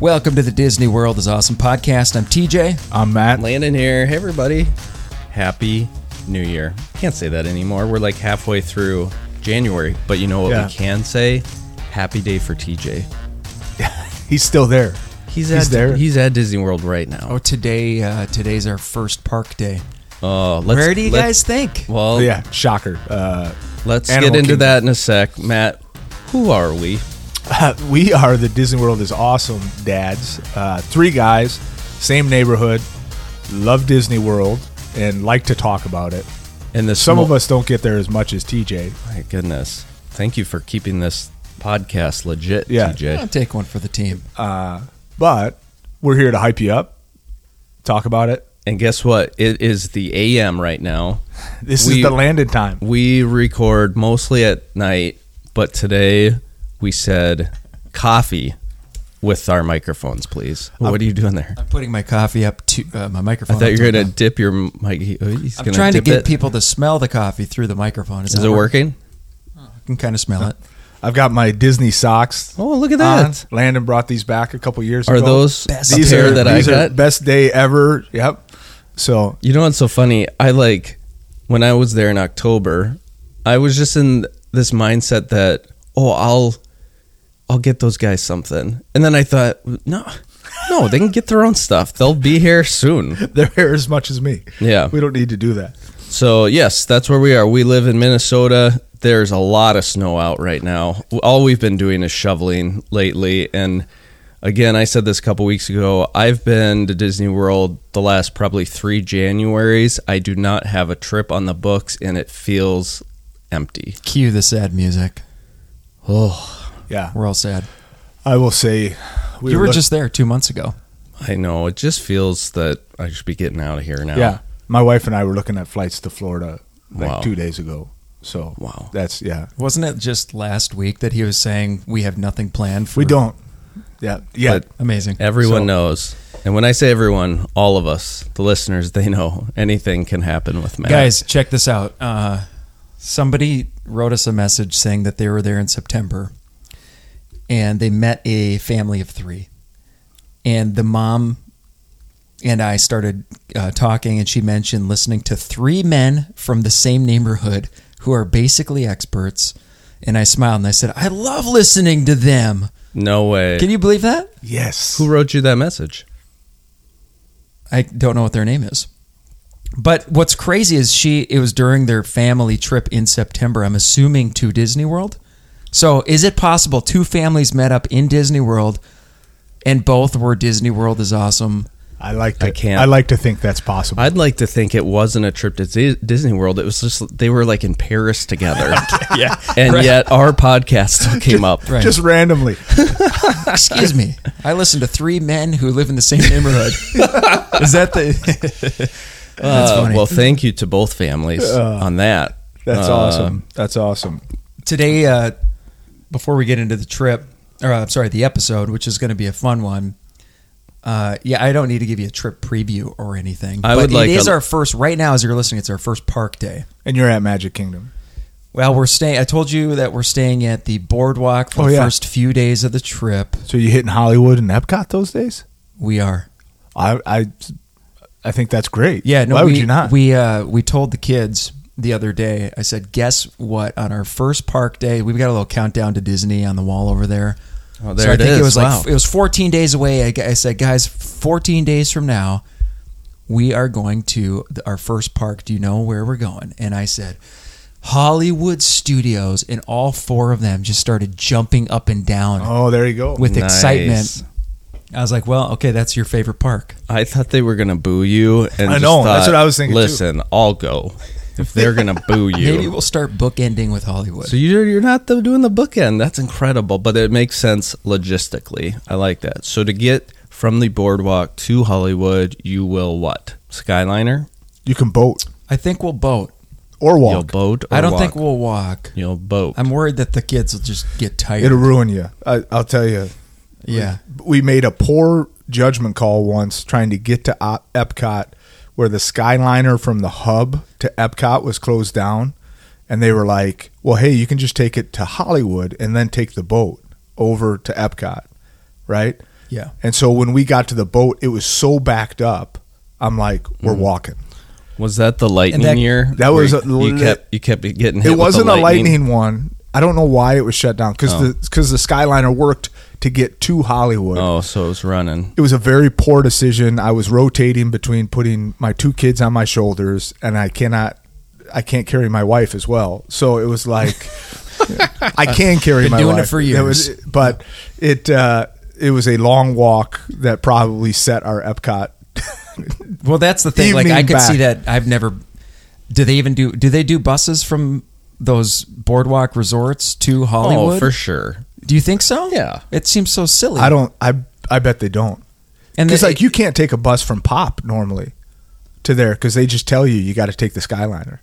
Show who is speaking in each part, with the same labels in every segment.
Speaker 1: Welcome to the Disney World is Awesome podcast. I'm TJ.
Speaker 2: I'm Matt.
Speaker 3: Landon here. Hey, everybody. Happy New Year. Can't say that anymore. We're like halfway through January, but you know what
Speaker 2: Yeah.
Speaker 3: we can say? Happy day for TJ.
Speaker 2: He's still there.
Speaker 3: He's,
Speaker 2: He's
Speaker 3: at
Speaker 2: there.
Speaker 3: He's at Disney World right
Speaker 1: Oh,
Speaker 3: now.
Speaker 1: today uh, today's our first park day.
Speaker 3: Oh, let's,
Speaker 1: Where do you guys
Speaker 3: let's-
Speaker 1: think?
Speaker 3: Well,
Speaker 2: yeah, shocker. Uh,
Speaker 3: let's
Speaker 2: Animal
Speaker 3: get into
Speaker 2: Kingdom.
Speaker 3: that in a sec. Matt, who are we?
Speaker 2: we are the Disney World is awesome dads. Uh, three guys, same neighborhood, love Disney World, and like to talk about it.
Speaker 3: And the
Speaker 2: Some
Speaker 3: small-
Speaker 2: of us don't get there as much as TJ.
Speaker 3: My goodness. Thank you for keeping this podcast legit,
Speaker 2: Yeah.
Speaker 1: I'll
Speaker 3: TJ.
Speaker 1: take one for the team.
Speaker 2: But we're here to hype you up, talk about it.
Speaker 3: And guess what? It is the AM right now.
Speaker 2: This
Speaker 3: We-
Speaker 2: is the landed time.
Speaker 3: We record mostly at night, but today we said coffee with our microphones, please. what are you doing there?
Speaker 1: I'm Uh, putting my coffee up to uh, my
Speaker 3: I
Speaker 1: microphone.
Speaker 3: thought you were
Speaker 1: up
Speaker 3: going to
Speaker 1: now.
Speaker 3: dip your mic. oh, He's
Speaker 1: I'm
Speaker 3: gonna
Speaker 1: trying to
Speaker 3: dip
Speaker 1: get
Speaker 3: it.
Speaker 1: people to smell the coffee through the microphone. Is,
Speaker 3: Is
Speaker 1: that
Speaker 3: it working?
Speaker 1: You can kind of smell it.
Speaker 2: I've got my Disney socks.
Speaker 3: Oh, look at
Speaker 2: on.
Speaker 1: Uh-huh.
Speaker 3: that.
Speaker 2: Landon brought these back a couple years
Speaker 3: Are
Speaker 2: ago.
Speaker 3: those
Speaker 1: Best
Speaker 3: a
Speaker 2: these
Speaker 3: pair
Speaker 2: are,
Speaker 3: that I
Speaker 2: these are
Speaker 3: got?
Speaker 2: best day ever. Yep. So
Speaker 3: You know what's so funny? I like when I was there in October, I was just in this mindset that oh, I'll I'll get those guys something, and then I thought no, no, they can get their own stuff. They'll be here soon.
Speaker 2: they're here as much as me.
Speaker 3: Yeah.
Speaker 2: We don't need to do that.
Speaker 3: So yes, that's where we are. We live in Minnesota. There's a lot of snow out right now. All we've been doing is shoveling lately. And again, I said this a couple weeks ago. I've been to Disney World the last probably three Januaries. I do not have a trip on the books, and it feels empty.
Speaker 1: Cue the sad music.
Speaker 3: Oh,
Speaker 2: Yeah.
Speaker 1: We're all sad.
Speaker 2: I will say we
Speaker 1: you were
Speaker 2: look-
Speaker 1: just there two months ago.
Speaker 3: I know. It just feels that I should be getting out of here now.
Speaker 2: Yeah. My wife and I were looking at flights to Florida like
Speaker 3: Wow.
Speaker 2: 2 days ago. So
Speaker 3: Wow.
Speaker 2: That's yeah.
Speaker 1: Wasn't it just last week that he was saying we have nothing planned? For
Speaker 2: We don't. Yeah. Yeah.
Speaker 3: But
Speaker 1: Amazing.
Speaker 3: Everyone
Speaker 2: So-
Speaker 3: knows. And when I say everyone, all of us, the listeners, they know anything can happen with Matt.
Speaker 1: Guys, check this out. Uh, somebody wrote us a message saying that they were there in September and they met a family of three. And the mom and I started uh, talking, and she mentioned listening to three men from the same neighborhood who are basically experts. And I smiled and I said, I love listening to them.
Speaker 3: No way.
Speaker 1: Can you believe that?
Speaker 2: yes.
Speaker 3: Who wrote you that message?
Speaker 1: I don't know what their name is. But what's crazy is she it was during their family trip in September, I'm assuming to Disney World. So is it possible two families met up in Disney World and both were Disney World is awesome?
Speaker 2: I like to
Speaker 3: I can't.
Speaker 2: I like to think that's possible.
Speaker 3: I'd like to think it wasn't a trip to Dis- Disney World. It was just they were like in Paris together. yeah. And yet our podcast still came up.
Speaker 1: Right.
Speaker 2: Just randomly.
Speaker 1: Excuse me. I listen to three men who live in the same neighborhood. is that the That's
Speaker 3: Uh,
Speaker 1: funny.
Speaker 3: well, thank you to both families on that.
Speaker 2: That's
Speaker 3: Uh,
Speaker 2: awesome. That's awesome.
Speaker 1: today uh, before we get into the trip or uh, I'm sorry the episode which is going to be a fun one uh, yeah I don't need to give you a trip preview or anything
Speaker 3: I would
Speaker 1: but
Speaker 3: like
Speaker 1: it is
Speaker 3: a-
Speaker 1: our first right now as you're listening it's our first park day
Speaker 2: And you're at Magic Kingdom.
Speaker 1: well we're staying I told you that we're staying at the boardwalk for
Speaker 2: Oh,
Speaker 1: the
Speaker 2: yeah.
Speaker 1: first few days of the trip
Speaker 2: So you hitting Hollywood and Epcot those days?
Speaker 1: we are
Speaker 2: I I I think that's great.
Speaker 1: yeah no
Speaker 2: Why
Speaker 1: we,
Speaker 2: would you not?
Speaker 1: we uh, we told the kids the other day I said guess what on our first park day we've got a little countdown to Disney on the wall over there
Speaker 3: Oh,
Speaker 1: so
Speaker 3: there
Speaker 1: I
Speaker 3: it
Speaker 1: think
Speaker 3: is.
Speaker 1: it was
Speaker 3: wow.
Speaker 1: like it was 14 days away. I, g- I said, guys, 14 days from now, we are going to th- our first park. Do you know where we're going? And I said, Hollywood Studios, and all four of them just started jumping up and down
Speaker 2: oh, there you go.
Speaker 1: with
Speaker 3: Nice.
Speaker 1: excitement. I was like, well, okay, that's your favorite park.
Speaker 3: I thought they were gonna boo you. And
Speaker 2: I
Speaker 3: just
Speaker 2: know, that's
Speaker 3: thought,
Speaker 2: what I was thinking, too.
Speaker 3: Listen, I'll go if they're gonna boo you.
Speaker 1: Maybe we'll start bookending with Hollywood.
Speaker 3: So you're you're not the, doing the bookend. That's incredible, but it makes sense logistically. I like that. So to get from the boardwalk to Hollywood, you will what? Skyliner?
Speaker 2: you can boat
Speaker 1: I think we'll boat.
Speaker 2: or
Speaker 3: You'll
Speaker 2: walk.
Speaker 3: boat? Or
Speaker 1: I don't
Speaker 3: walk?
Speaker 1: think we'll walk.
Speaker 3: you'll boat.
Speaker 1: I'm worried that the kids will just get tired.
Speaker 2: It'll ruin you. I, I'll tell you.
Speaker 1: yeah.
Speaker 2: we made a poor judgment call once trying to get to O- Epcot where the Skyliner from the hub to Epcot was closed down and they were like, "Well, hey, you can just take it to Hollywood and then take the boat over to Epcot." Right?
Speaker 1: Yeah.
Speaker 2: And so when we got to the boat, it was so backed up. I'm like, we're walking.
Speaker 3: Was that the lightning
Speaker 1: that-
Speaker 3: year?
Speaker 2: That
Speaker 3: where
Speaker 2: was a
Speaker 3: you,
Speaker 2: lit-
Speaker 3: you kept you kept getting hit.
Speaker 2: it wasn't
Speaker 3: with the
Speaker 2: a lightning one. I don't know why it was shut down because the because the Skyliner worked to get to Hollywood.
Speaker 3: Oh, so it was running.
Speaker 2: It was a very poor decision. I was rotating between putting my two kids on my shoulders, and I cannot. I can't carry my wife as well, so it was like I can carry
Speaker 1: Been
Speaker 2: my
Speaker 1: doing it
Speaker 2: wife.
Speaker 1: for
Speaker 2: That was-
Speaker 1: years.
Speaker 2: but it uh, it was a long walk that probably set our Epcot.
Speaker 1: Well, that's the thing. Like I
Speaker 2: Evening
Speaker 1: could see
Speaker 2: back.
Speaker 1: that. I've never. Do they even do? Do they do buses from those boardwalk resorts to Hollywood?
Speaker 3: Oh, for sure.
Speaker 1: Do you think so?
Speaker 3: Yeah.
Speaker 1: It seems so silly.
Speaker 2: I don't. I I bet they don't.
Speaker 1: And
Speaker 2: Because
Speaker 1: they-
Speaker 2: like you can't take a bus from Pop normally to there because they just tell you you got to take the Skyliner.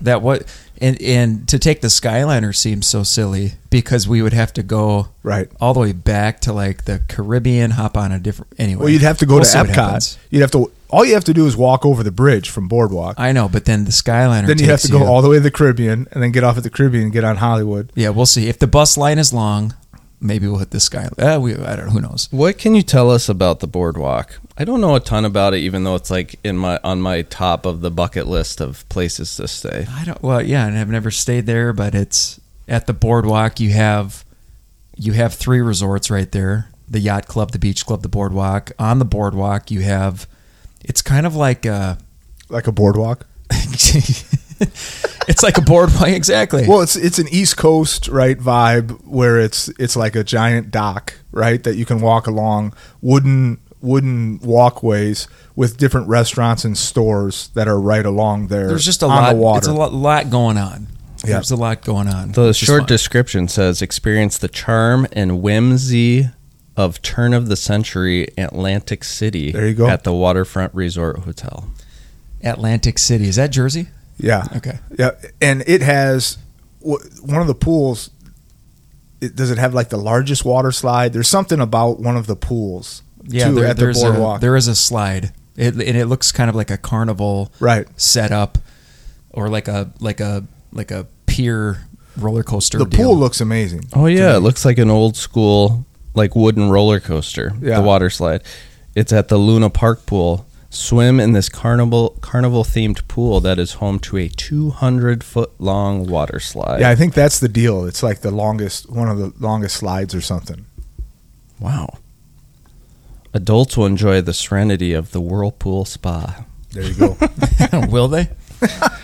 Speaker 1: that what and and to take the Skyliner seems so silly because we would have to go
Speaker 2: Right.
Speaker 1: all the way back to like the Caribbean, hop on a different anyway.
Speaker 2: Well, you'd have to go
Speaker 1: We'll
Speaker 2: to
Speaker 1: see what
Speaker 2: Epcot.
Speaker 1: happens.
Speaker 2: You'd have to. All you have to do is walk over the bridge from Boardwalk.
Speaker 1: I know, but then the Skyliner.
Speaker 2: then you have
Speaker 1: takes
Speaker 2: to go all the way to the Caribbean and then get off at the Caribbean and get on Hollywood.
Speaker 1: Yeah, we'll see. If the bus line is long, maybe we'll hit the Skyliner. Uh, we I don't know. Who knows?
Speaker 3: What can you tell us about the boardwalk? I don't know a ton about it, even though it's like in my on my top of the bucket list of places to stay.
Speaker 1: I don't. Well, yeah, and I've never stayed there, but it's at the boardwalk. You have you have three resorts right there: the yacht club, the beach club, the boardwalk. On the boardwalk, you have. It's kind of like a.
Speaker 2: Like a boardwalk.
Speaker 1: it's like a boardwalk, exactly.
Speaker 2: Well, it's it's an East Coast right vibe where it's it's like a giant dock right that you can walk along wooden wooden walkways with different restaurants and stores that are right along there.
Speaker 1: There's just a
Speaker 2: on
Speaker 1: lot.
Speaker 2: The water.
Speaker 1: It's a lot, lot going on. There's a lot going on.
Speaker 3: The
Speaker 1: It's just
Speaker 3: short
Speaker 1: fun.
Speaker 3: description says experience the charm and whimsy of turn of the century Atlantic City
Speaker 2: There you go.
Speaker 3: at the waterfront resort hotel.
Speaker 1: Atlantic City is that Jersey?
Speaker 2: Yeah.
Speaker 1: Okay.
Speaker 2: Yeah, and it has wh- one of the pools. It, does it have like the largest water slide? There's something about one of the pools.
Speaker 1: Yeah,
Speaker 2: too,
Speaker 1: there-
Speaker 2: at the
Speaker 1: there's a,
Speaker 2: boardwalk.
Speaker 1: there is a slide, it, and it looks kind of like a carnival
Speaker 2: Right.
Speaker 1: setup, or like a like a like a pier roller coaster.
Speaker 2: the
Speaker 1: deal.
Speaker 2: pool looks amazing.
Speaker 3: Oh yeah, it looks like an old school like wooden roller coaster.
Speaker 2: Yeah.
Speaker 3: The water slide. It's at the Luna Park pool. Swim in this carnival carnival themed pool that is home to a 200 foot long water
Speaker 1: Uh,
Speaker 3: slide.
Speaker 2: Yeah, I think that's the deal. It's like the longest, one of the longest slides or something.
Speaker 3: Wow. Adults will enjoy the serenity of the whirlpool spa.
Speaker 2: There you go.
Speaker 1: will they?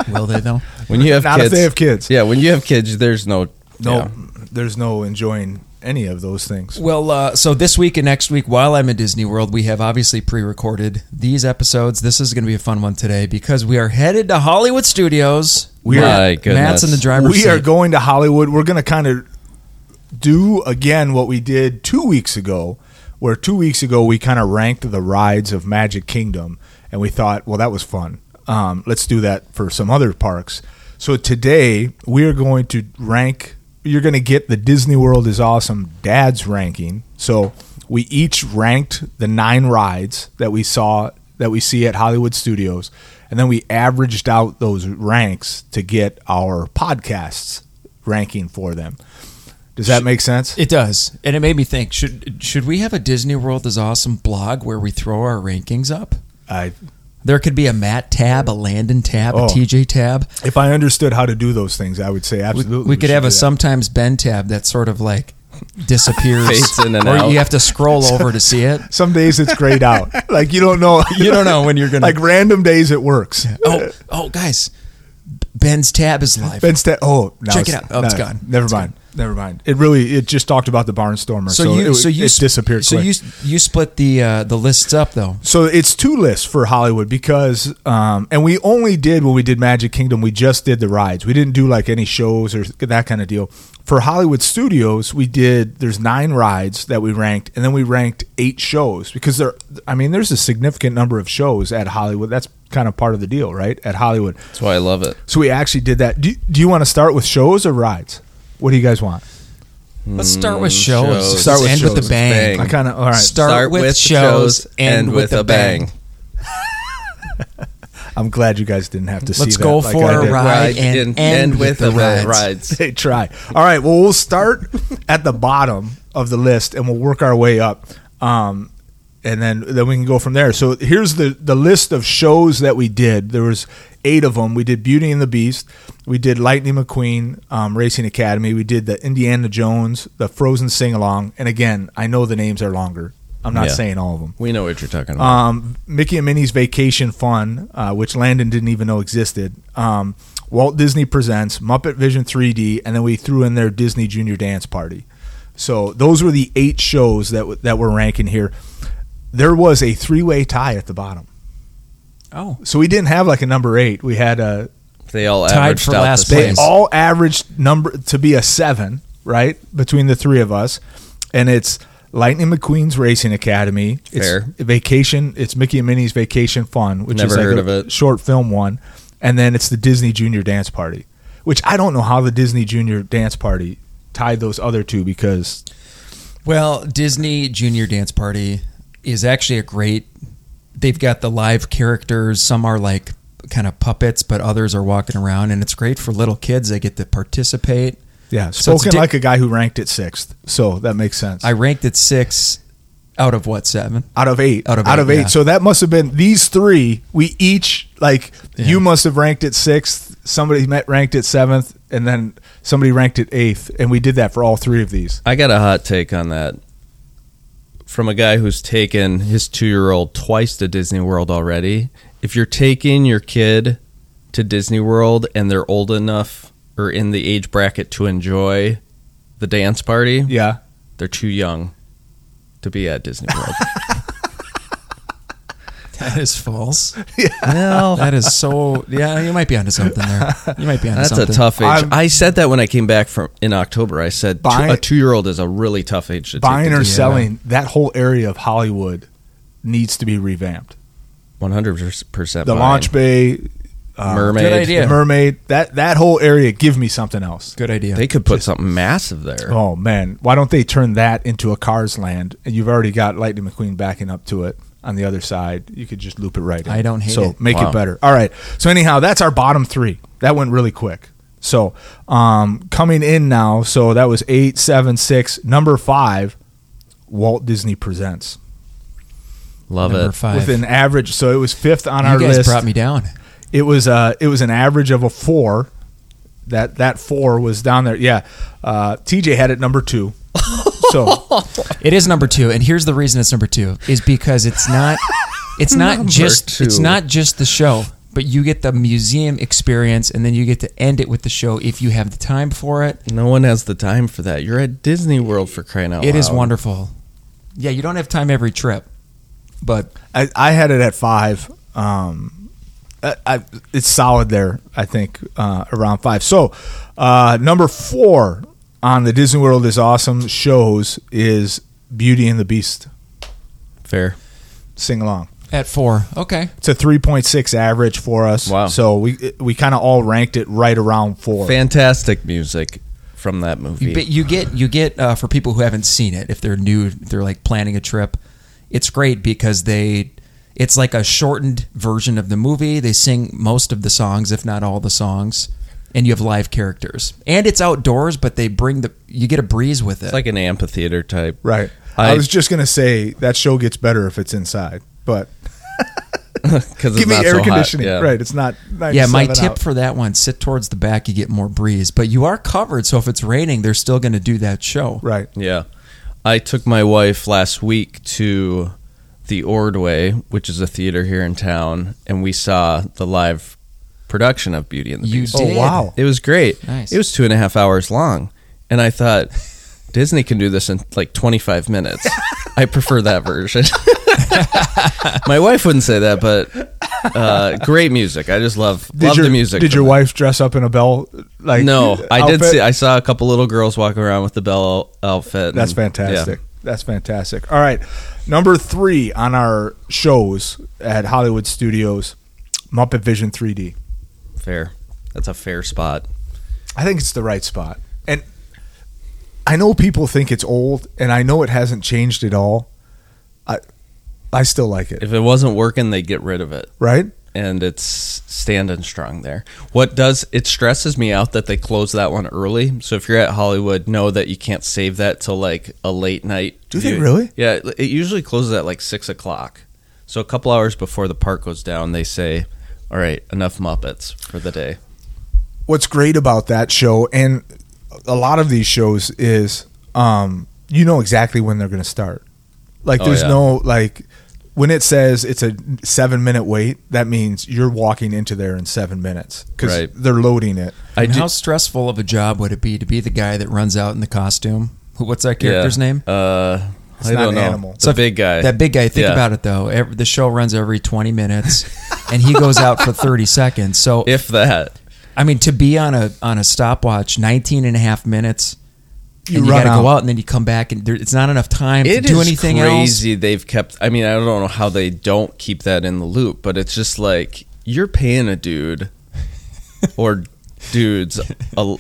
Speaker 1: Will they though?
Speaker 3: When you have
Speaker 2: Not
Speaker 3: kids,
Speaker 2: if they have kids.
Speaker 3: Yeah, when you have kids, there's no
Speaker 2: No,
Speaker 3: yeah.
Speaker 2: there's no enjoying any of those things.
Speaker 1: Well, uh, so this week and next week, while I'm in Disney World, we have obviously pre-recorded these episodes. This is going to be a fun one today because we are headed to Hollywood Studios.
Speaker 3: We are- My
Speaker 1: Matt- Matt's in the
Speaker 3: goodness.
Speaker 1: driver's
Speaker 2: We
Speaker 1: seat.
Speaker 2: are going to Hollywood. We're going to kind of do again what we did two weeks ago, where two weeks ago we kind of ranked the rides of Magic Kingdom, and we thought, well, that was fun. Um, let's do that for some other parks. So today we are going to rank. You're going to get the Disney World is awesome dad's ranking. So we each ranked the nine rides that we saw that we see at Hollywood Studios, and then we averaged out those ranks to get our podcasts ranking for them. Does that make sense?
Speaker 1: It does, and it made me think: should should we have a Disney World is awesome blog where we throw our rankings up?
Speaker 2: I,
Speaker 1: There could be a Matt tab, a Landon tab,
Speaker 2: Oh.
Speaker 1: a TJ tab.
Speaker 2: if I understood how to do those things, I would say
Speaker 1: We,
Speaker 2: absolutely.
Speaker 1: we could
Speaker 2: should
Speaker 1: have
Speaker 2: do
Speaker 1: a
Speaker 2: that.
Speaker 1: sometimes Ben tab that sort of like disappears,
Speaker 3: Fades in and
Speaker 1: or
Speaker 3: out.
Speaker 1: you have to scroll over to see it.
Speaker 2: Some days it's grayed out. Like you don't know.
Speaker 1: You don't know when you're gonna-
Speaker 2: Like random days it works.
Speaker 1: Oh, oh, guys, Ben's tab is live.
Speaker 2: Ben Sta- oh, now
Speaker 1: Check it
Speaker 2: it's-
Speaker 1: out. Oh, it's gone.
Speaker 2: Never
Speaker 1: It's
Speaker 2: mind. Never mind. It really. It just talked about the barnstormer. So, you. It, so you. It
Speaker 1: sp-
Speaker 2: disappeared.
Speaker 1: So
Speaker 2: quick.
Speaker 1: you you split the uh, the lists up though.
Speaker 2: So it's two lists for Hollywood because, um, and we only did when we did Magic Kingdom, we just did the rides. We didn't do like any shows or that kind of deal. For Hollywood Studios, we did, there's nine rides that we ranked, and then we ranked eight shows because there, I mean, there's a significant number of shows at Hollywood. That's kind of part of the deal, right? At Hollywood.
Speaker 3: That's why I love it.
Speaker 2: So we actually did that. Do, do you want to start with shows or rides? What do you guys want?
Speaker 1: Let's start with
Speaker 3: Mm,
Speaker 1: shows.
Speaker 3: shows.
Speaker 1: Let's
Speaker 2: Start with
Speaker 1: end with the
Speaker 2: shows.
Speaker 1: bang.
Speaker 3: Bang.
Speaker 2: I kind of, all right.
Speaker 1: Start with shows, end with a bang.
Speaker 2: I'm glad you guys didn't have to see
Speaker 1: Let's
Speaker 2: that
Speaker 1: go
Speaker 2: like
Speaker 1: for
Speaker 2: I
Speaker 1: a
Speaker 2: did.
Speaker 1: ride.
Speaker 3: Right,
Speaker 1: and end
Speaker 3: and end
Speaker 1: with
Speaker 3: with
Speaker 1: the
Speaker 3: a
Speaker 1: rides.
Speaker 3: bang. rides.
Speaker 2: They try. All right. Well, we'll start at the bottom of the list and we'll work our way up. Um, and then then we can go from there. So here's the the list of shows that we did. There was eight of them. We did Beauty and the Beast. We did Lightning McQueen um, Racing Academy. We did the Indiana Jones, the Frozen sing along. And again, I know the names are longer. I'm not
Speaker 3: Yeah.
Speaker 2: saying all of them.
Speaker 3: We know what you're
Speaker 1: Uh,
Speaker 3: talking about.
Speaker 2: Um, Mickey and Minnie's Vacation Fun, uh, which Landon didn't even know existed. Um, Walt Disney Presents, Muppet Vision 3D, and then we threw in their Disney Junior Dance Party. So those were the eight shows that w- that we're ranking here. There was a three way tie at the bottom,
Speaker 1: Oh,
Speaker 2: so we didn't have like a number eight. We had a
Speaker 3: they all
Speaker 1: tied
Speaker 3: averaged
Speaker 1: for
Speaker 3: out
Speaker 1: last
Speaker 3: the
Speaker 2: they
Speaker 3: same.
Speaker 1: place.
Speaker 2: all averaged number to be a seven, right? Between the three of us. And it's Lightning McQueen's Racing Academy.
Speaker 3: Fair.
Speaker 2: It's Vacation. It's Mickey and Minnie's Vacation Fun, which
Speaker 3: Never
Speaker 2: is like
Speaker 3: heard
Speaker 2: a
Speaker 3: of it.
Speaker 2: short film one. And then it's the Disney Junior Dance Party, which I don't know how the Disney Junior Dance Party tied those other two because
Speaker 1: Well, Disney Junior Dance Party is actually a great. They've got the live characters. Some are like kind of puppets, but others are walking around, and it's great for little kids. They get to participate.
Speaker 2: yeah,
Speaker 1: So it's
Speaker 2: spoken
Speaker 1: di-
Speaker 2: like a guy who ranked it sixth, so that makes sense.
Speaker 1: I ranked it six out of what seven?
Speaker 2: out of eight
Speaker 1: Out of eight, yeah.
Speaker 2: so that must have been these three we each like
Speaker 1: Yeah.
Speaker 2: you must have ranked it sixth somebody met ranked it seventh and then somebody ranked it eighth and we did that for all three of these
Speaker 3: I got a hot take on that from a guy who's taken his two year old twice to Disney World already. If you're taking your kid to Disney World and they're old enough or in the age bracket to enjoy the dance party,
Speaker 2: yeah
Speaker 3: they're too young to be at Disney World.
Speaker 1: That is false. Well, that is so. Yeah, you might be onto something there. You might be onto
Speaker 3: That's
Speaker 1: something.
Speaker 3: a tough age.
Speaker 2: I'm-
Speaker 3: I said that when I came back from in October. I said two,
Speaker 2: Buy-
Speaker 3: a two year old is a really tough age to
Speaker 2: buying or
Speaker 3: take.
Speaker 2: selling that whole area of hollywood needs to be revamped
Speaker 3: One hundred percent.
Speaker 2: the launch bay uh,
Speaker 3: mermaid.
Speaker 1: Good idea.
Speaker 2: the mermaid that that whole area give me something else
Speaker 1: Good idea.
Speaker 3: They could put something massive there.
Speaker 2: oh man why don't they turn that into a cars land and you've already got lightning mcqueen backing up to it on the other side you could just loop it right in.
Speaker 1: I don't hate
Speaker 2: so
Speaker 1: it.
Speaker 2: make
Speaker 3: Wow.
Speaker 2: it better all right so anyhow that's our bottom three that went really quick so um coming in now so that was eight seven six number five walt disney presents
Speaker 3: Love
Speaker 1: Number
Speaker 3: it.
Speaker 1: five.
Speaker 2: with an average so it was fifth on
Speaker 1: you
Speaker 2: our
Speaker 1: guys
Speaker 2: list
Speaker 1: brought me down.
Speaker 2: it was uh it was an average of a four that that four was down there yeah uh tj had it number two so
Speaker 1: It is number two, and here's the reason it's number two is because it's not. It's not
Speaker 3: Number
Speaker 1: just. It's
Speaker 3: two.
Speaker 1: not just the show, but you get the museum experience, and then you get to end it with the show if you have the time for it.
Speaker 3: No one has the time for that. You're at Disney World for crying out
Speaker 1: It
Speaker 3: loud.
Speaker 1: is wonderful. Yeah, you don't have time every trip, but
Speaker 2: I, I had it at five. Um, I, I, it's solid there, I think, uh, around five. So, uh, number four on the Disney World is awesome shows is Beauty and the Beast
Speaker 3: Fair.
Speaker 2: sing along.
Speaker 1: at four, okay.
Speaker 2: It's a three point six average for us.
Speaker 3: Wow.
Speaker 2: So we we kind of all ranked it right around four.
Speaker 3: Fantastic music from that movie.
Speaker 1: But you get you get uh, for people who haven't seen it, if they're new, if they're like planning a trip. It's great because they, it's like a shortened version of the movie. They sing most of the songs, if not all the songs, and you have live characters. And it's outdoors, but they bring the you get a breeze with it.
Speaker 3: it's like an amphitheater type.
Speaker 2: right. I,
Speaker 3: I,
Speaker 2: was just gonna say that show gets better if it's inside, but
Speaker 3: because
Speaker 2: give me air conditioning.
Speaker 3: Yeah.
Speaker 2: Right. It's not. 97
Speaker 1: yeah, my tip
Speaker 2: out.
Speaker 1: for that one: sit towards the back, you get more breeze. But you are covered, so if it's raining, they're still going to do that show.
Speaker 2: right.
Speaker 3: Yeah. I took my wife last week to the Ordway, which is a theater here in town, and we saw the live production of Beauty and the
Speaker 1: You
Speaker 3: Beast.
Speaker 1: did.
Speaker 2: Oh wow.
Speaker 3: It was great.
Speaker 1: Nice.
Speaker 3: It was two and a half hours long. And I thought, Disney can do this in like 25 minutes. I prefer that version. My wife wouldn't say that, but uh, great music. I just love, love
Speaker 2: your,
Speaker 3: the music.
Speaker 2: Did
Speaker 3: from
Speaker 2: your
Speaker 3: that.
Speaker 2: wife dress up in a bell? Like
Speaker 3: No, I did
Speaker 2: outfit?
Speaker 3: see. I saw a couple little girls walking around with the bell outfit. and-
Speaker 2: That's fantastic. That's fantastic. All right, number three on our shows at Hollywood Studios, Muppet Vision 3D.
Speaker 3: yeah, fair. That's a fair spot.
Speaker 2: I think it's the right spot, and I know people think it's old, and I know it hasn't changed at all. I I still like it,
Speaker 3: If it wasn't working, they'd get rid of it.
Speaker 2: right?
Speaker 3: and it's standing strong there. What does it stresses me out that they close that one early? So if you're at Hollywood, know that you can't save that till like a late night.
Speaker 2: Do they really?
Speaker 3: Yeah, it- it usually closes at like six o'clock. So a couple hours before the park goes down, they say, "All right, enough Muppets for the day."
Speaker 2: what's great about that show and a lot of these shows is um, you know exactly when they're going to start. Like
Speaker 3: Oh,
Speaker 2: there's
Speaker 3: yeah.
Speaker 2: no like when it says it's a seven minute wait, that means you're walking into there in seven minutes because
Speaker 3: Right.
Speaker 2: they're loading it.
Speaker 3: I
Speaker 1: And
Speaker 3: do.
Speaker 1: how stressful of a job would it be to be the guy that runs out in the costume? Who- What's that character's
Speaker 3: yeah,
Speaker 1: name?
Speaker 3: Uh,
Speaker 2: It's
Speaker 3: I
Speaker 2: not
Speaker 3: don't
Speaker 2: an
Speaker 3: know.
Speaker 2: animal.
Speaker 3: It's a big guy.
Speaker 1: That big guy. Think
Speaker 3: Yeah.
Speaker 1: about it though. Every, the show runs every 20 minutes, and he goes out for 30 seconds. So
Speaker 3: if that.
Speaker 1: I mean, to be on a on a stopwatch, 19 and a half minutes.
Speaker 2: You
Speaker 1: and you
Speaker 2: run
Speaker 1: gotta go
Speaker 2: out.
Speaker 1: out, and then you come back, and there, it's not enough time
Speaker 3: It
Speaker 1: to
Speaker 3: is
Speaker 1: do anything else.
Speaker 3: crazy they've kept i mean i don't know how they don't keep that in the loop but it's just like you're paying a dude or dudes a,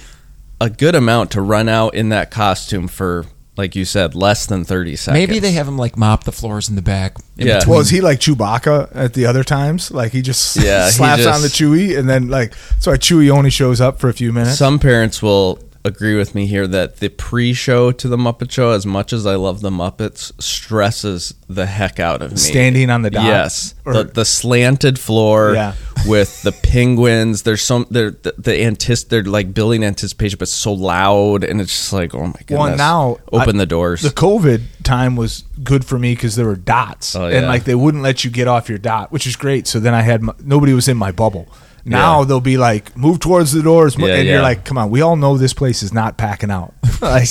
Speaker 3: a good amount to run out in that costume for like you said less than 30 seconds
Speaker 1: Maybe they have him like mop the floors in the back. in
Speaker 3: Yeah.
Speaker 1: between.
Speaker 2: Well, is he like Chewbacca at the other times? Like he just
Speaker 3: Yeah, he
Speaker 2: slaps on the
Speaker 3: just-
Speaker 2: Chewie and then like so Chewie only shows up for a few minutes.
Speaker 3: some parents will agree with me here that the pre-show to the muppet show as much as i love the muppets stresses the heck out of me
Speaker 2: Standing on the dock.
Speaker 3: yes
Speaker 2: Or-
Speaker 3: the, the slanted floor
Speaker 2: Yeah.
Speaker 3: with the penguins there's some they're the, the antis they're like building anticipation but so loud and it's just like oh my goodness
Speaker 2: Well, now
Speaker 3: open
Speaker 2: I-
Speaker 3: the doors
Speaker 2: The COVID time was good for me because there were dots,
Speaker 3: Oh,
Speaker 2: and
Speaker 3: yeah.
Speaker 2: like they wouldn't let you get off your dot, which is great. So then I had my, nobody was in my bubble. Now
Speaker 3: Yeah.
Speaker 2: they'll be like, move towards the doors, mo-
Speaker 3: Yeah,
Speaker 2: and you're
Speaker 3: yeah.
Speaker 2: like, come on, we all know this place is not packing out. like,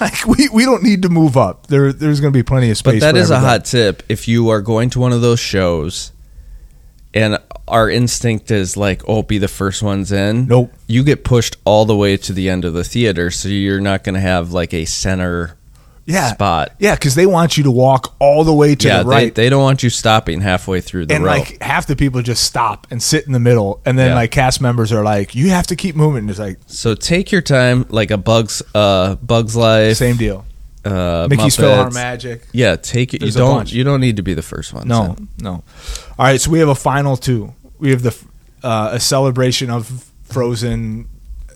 Speaker 2: like we, we don't need to move up. There there's going to be plenty of
Speaker 3: but
Speaker 2: space.
Speaker 3: that
Speaker 2: for
Speaker 3: is a
Speaker 2: everybody.
Speaker 3: hot tip if you are going to one of those shows and our instinct is like oh be the first ones in
Speaker 2: Nope.
Speaker 3: you get pushed all the way to the end of the theater so you're not going to have like a center
Speaker 2: yeah
Speaker 3: spot
Speaker 2: yeah because they want you to walk all the way to
Speaker 3: yeah
Speaker 2: the right.
Speaker 3: they, they don't want you stopping halfway through the
Speaker 2: and
Speaker 3: row
Speaker 2: like half the people just stop and sit in the middle, and then
Speaker 3: Yeah.
Speaker 2: like cast members are like, "You have to keep moving." It's like
Speaker 3: So take your time, like a Bugs, uh, Bugs Life,
Speaker 2: same deal.
Speaker 3: uh,
Speaker 2: Mickey's
Speaker 3: Muppets.
Speaker 2: Philhar Magic.
Speaker 3: Yeah, take it. You
Speaker 2: There's a
Speaker 3: don't.
Speaker 2: bunch.
Speaker 3: You don't need to be the first one.
Speaker 2: No, no. All right, so we have a final two. We have the uh, a celebration of Frozen.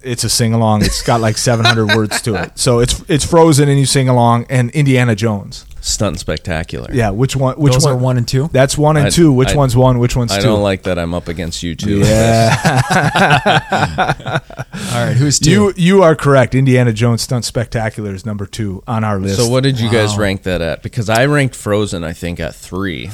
Speaker 2: It's a sing along. It's got like 700 words to it. So it's it's Frozen and you sing along and Indiana Jones.
Speaker 3: stunt spectacular.
Speaker 2: Yeah, which one? Which
Speaker 1: Those
Speaker 2: one?
Speaker 1: are one and two?
Speaker 2: That's one and
Speaker 3: I-
Speaker 2: two. Which
Speaker 3: I-
Speaker 2: one's one? Which one's
Speaker 3: I
Speaker 2: 2
Speaker 3: don't like that I'm up against you two.
Speaker 2: yeah,
Speaker 1: All right, who's two?
Speaker 2: you you are correct. Indiana Jones stunt spectacular is number two on our list.
Speaker 3: So what did you guys
Speaker 1: Wow.
Speaker 3: rank that at? Because I ranked Frozen, I think, at three,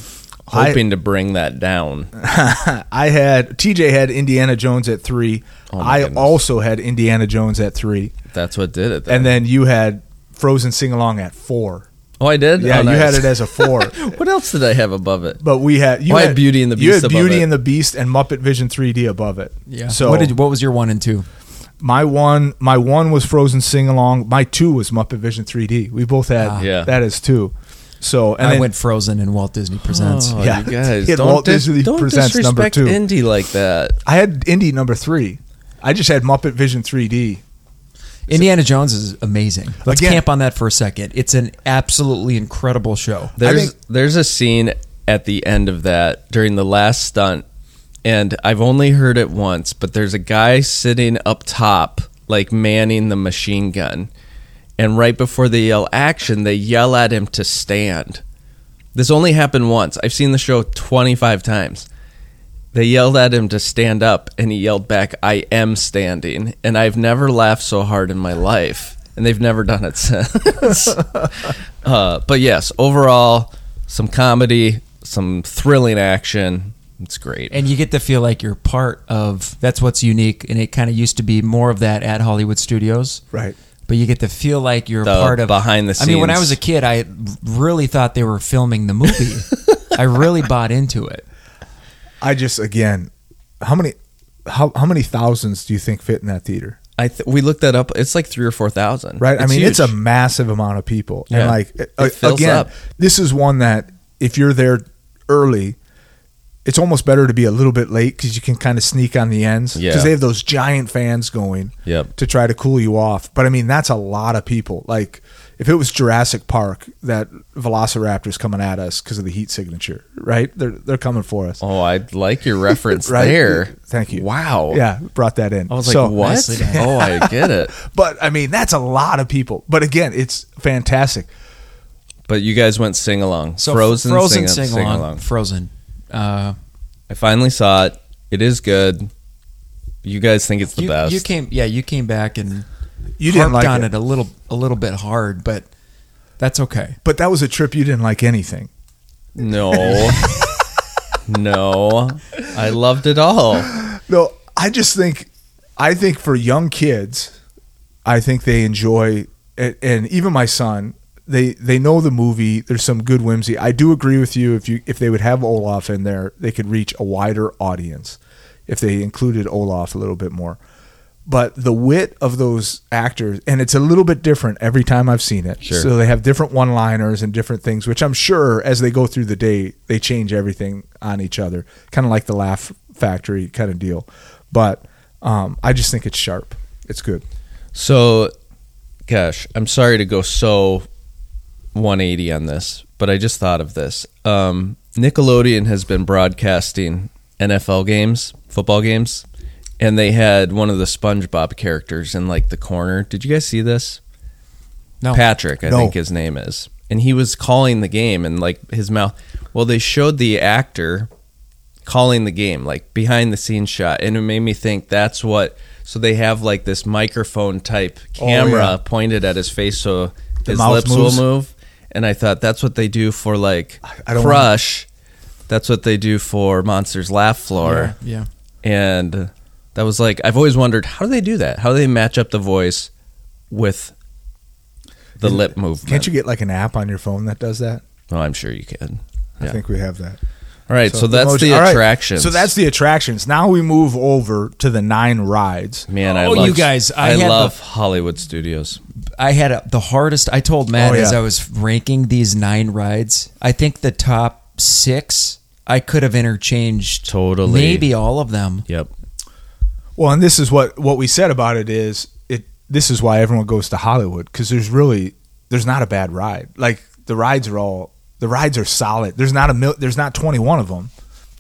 Speaker 2: I-
Speaker 3: hoping to bring that down.
Speaker 2: I had TJ had Indiana Jones at three.
Speaker 3: Oh my
Speaker 2: I
Speaker 3: goodness.
Speaker 2: also had Indiana Jones at three,
Speaker 3: That's what did it. Then.
Speaker 2: and then you had Frozen sing along at four.
Speaker 3: oh, I did.
Speaker 2: Yeah,
Speaker 3: Oh,
Speaker 2: you
Speaker 3: nice.
Speaker 2: had it as a four.
Speaker 3: what else did I have above it?
Speaker 2: But we had you
Speaker 3: Oh, I
Speaker 2: had,
Speaker 3: had Beauty and the
Speaker 2: You
Speaker 3: Beast
Speaker 2: had
Speaker 3: above
Speaker 2: Beauty
Speaker 3: it.
Speaker 2: and the Beast and Muppet Vision 3D above it.
Speaker 1: yeah.
Speaker 2: So
Speaker 1: what did? What was your one and two?
Speaker 2: my one my one was Frozen sing along. My two was Muppet Vision 3D. We both had
Speaker 3: Yeah.
Speaker 2: that as two. So and
Speaker 1: I
Speaker 2: then,
Speaker 1: went Frozen and Walt Disney Presents.
Speaker 3: Oh,
Speaker 2: Yeah.
Speaker 3: you guys,
Speaker 2: It
Speaker 3: don't,
Speaker 2: Walt
Speaker 3: dis-
Speaker 2: Disney
Speaker 3: don't
Speaker 2: Presents number
Speaker 3: disrespect
Speaker 2: two.
Speaker 3: Indy like that.
Speaker 2: I had Indy number three. I just had Muppet Vision 3D.
Speaker 1: Indiana Jones is amazing. Let's
Speaker 2: Again-
Speaker 1: camp on that for a second. It's an absolutely incredible show.
Speaker 3: There's
Speaker 2: think-
Speaker 3: there's a scene at the end of that during the last stunt, and I've only heard it once, but there's a guy sitting up top, like manning the machine gun, and right before they yell action, they yell at him to stand. This only happened once. I've seen the show 25 times. They yelled at him to stand up, and he yelled back, "I am standing." And I've never laughed so hard in my life, and they've never done it since. uh, but yes, overall, some comedy, some thrilling action. It's great.
Speaker 1: And you get to feel like you're part of that's what's unique and it kind of used to be more of that at Hollywood Studios.
Speaker 2: Right.
Speaker 1: But you get to feel like you're
Speaker 3: The
Speaker 1: part of
Speaker 3: behind the
Speaker 1: I mean, when I
Speaker 3: scenes.
Speaker 1: was a kid, I really thought they were filming the movie. I really bought into it.
Speaker 2: I just again, how many how how many thousands do you think fit in that theater?
Speaker 3: I th- we looked that up. It's like three or four thousand.
Speaker 2: right? I mean, it's a
Speaker 3: huge.
Speaker 2: massive amount of people,
Speaker 3: Yeah.
Speaker 2: and like
Speaker 3: It
Speaker 2: a-
Speaker 3: fills
Speaker 2: again,
Speaker 3: up.
Speaker 2: this is one that if you're there early, it's almost better to be a little bit late because you can kind of sneak on the ends because
Speaker 3: Yeah.
Speaker 2: they have those giant fans going
Speaker 3: Yep.
Speaker 2: to try to cool you off. But I mean, that's a lot of people. Like if it was Jurassic Park, that Velociraptor's coming at us because of the heat signature, right? They're they're coming for us.
Speaker 3: Oh, I like your reference
Speaker 2: Right?
Speaker 3: there.
Speaker 2: Thank you.
Speaker 3: Wow.
Speaker 2: Yeah, brought that in.
Speaker 1: I was like,
Speaker 2: so,
Speaker 1: what?
Speaker 3: What? oh, I get it.
Speaker 2: But I mean, that's a lot of people. But again, it's fantastic.
Speaker 3: But you guys went sing along.
Speaker 1: So
Speaker 3: Frozen,
Speaker 1: Frozen
Speaker 3: sing,
Speaker 1: sing along.
Speaker 3: along.
Speaker 1: Frozen. Uh,
Speaker 3: I finally saw it. It is good. You guys think it's the
Speaker 1: you,
Speaker 3: best.
Speaker 1: you came, yeah, you came back and
Speaker 2: You didn't
Speaker 1: harped
Speaker 2: like
Speaker 1: on it.
Speaker 2: it.
Speaker 1: a little, a little bit hard, but that's okay.
Speaker 2: But that was a trip you didn't like anything.
Speaker 3: no. no. I loved it all.
Speaker 2: No, I just think, I think for young kids, I think they enjoy, and, and even my son, they they know the movie. There's some good whimsy. I do agree with you. If you if they would have Olaf in there, they could reach a wider audience if they included Olaf a little bit more. But the wit of those actors, and it's a little bit different every time I've seen it.
Speaker 3: Sure.
Speaker 2: So they have different one-liners and different things, which I'm sure as they go through the day, they change everything on each other, kind of like the Laugh Factory kind of deal. But um, I just think it's sharp. It's good.
Speaker 3: So, gosh, I'm sorry to go so 180 on this, but I just thought of this. Um, Nickelodeon has been broadcasting NFL games, football games, and they had one of the SpongeBob characters in like the corner. Did you guys see this?
Speaker 1: No.
Speaker 3: Patrick, I
Speaker 2: No.
Speaker 3: think his name is. And he was calling the game and like his mouth. Well, they showed the actor calling the game, like behind the scenes shot. And it made me think that's what. So they have like this microphone type
Speaker 2: Oh,
Speaker 3: camera
Speaker 2: yeah.
Speaker 3: pointed at his face so
Speaker 2: The
Speaker 3: his
Speaker 2: mouth
Speaker 3: lips
Speaker 2: moves.
Speaker 3: will move. And I thought that's what they do for like
Speaker 2: I don't
Speaker 3: Crush. That's what they do for Monsters Laugh Floor.
Speaker 1: yeah,
Speaker 3: And that was like, I've always wondered how do they do that? How do they match up the voice with the lip movement?
Speaker 2: Can't you get like an app on your phone that does that?
Speaker 3: Oh, I'm sure you can.
Speaker 2: I
Speaker 3: Yeah.
Speaker 2: think we have that.
Speaker 3: All right, so, that's
Speaker 2: emoji-
Speaker 3: the
Speaker 2: all right.
Speaker 3: attractions.
Speaker 2: So that's the attractions. Now we move over to the nine rides.
Speaker 3: man. I
Speaker 1: Oh,
Speaker 3: love
Speaker 1: you guys, I
Speaker 3: I,
Speaker 1: had the-
Speaker 3: love Hollywood Studios.
Speaker 1: I had a, the hardest. I told Matt
Speaker 2: Oh, yeah.
Speaker 1: as I was ranking these nine rides. I think the top six I could have interchanged
Speaker 3: Totally.
Speaker 1: maybe all of them.
Speaker 3: Yep.
Speaker 2: Well, and this is what what we said about it is it. This is why everyone goes to Hollywood because there's really there's not a bad ride. Like the rides are all the rides are solid. There's not a mil, there's not 21 of them,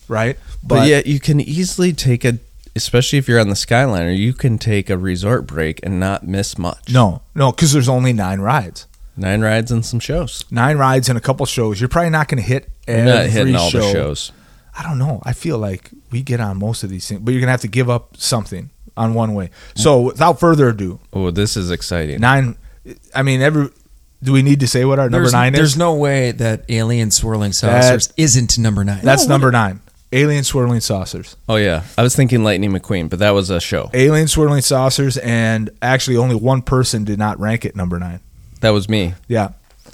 Speaker 2: right?
Speaker 3: But, yet you can easily take a, especially if you're on the Skyliner, you can take a resort break and not miss much.
Speaker 2: no, no, because there's only nine rides.
Speaker 3: Nine rides and some shows.
Speaker 2: Nine rides and a couple shows. You're probably not going to hit
Speaker 3: You're
Speaker 2: every
Speaker 3: not hitting all
Speaker 2: show.
Speaker 3: the shows.
Speaker 2: I don't know. I feel like we get on most of these things, but you're going to have to give up something on one way. So without further ado,
Speaker 3: Oh, this is exciting.
Speaker 2: nine. I mean, every. Do we need to say what our number
Speaker 1: there's,
Speaker 2: nine is?
Speaker 1: There's no way that alien swirling saucers is isn't number nine.
Speaker 2: That's number nine. Alien swirling saucers.
Speaker 3: Oh yeah, I was thinking Lightning McQueen, but that was a show.
Speaker 2: Alien swirling saucers, and actually only one person did not rank it number nine.
Speaker 3: That was me.
Speaker 2: Yeah,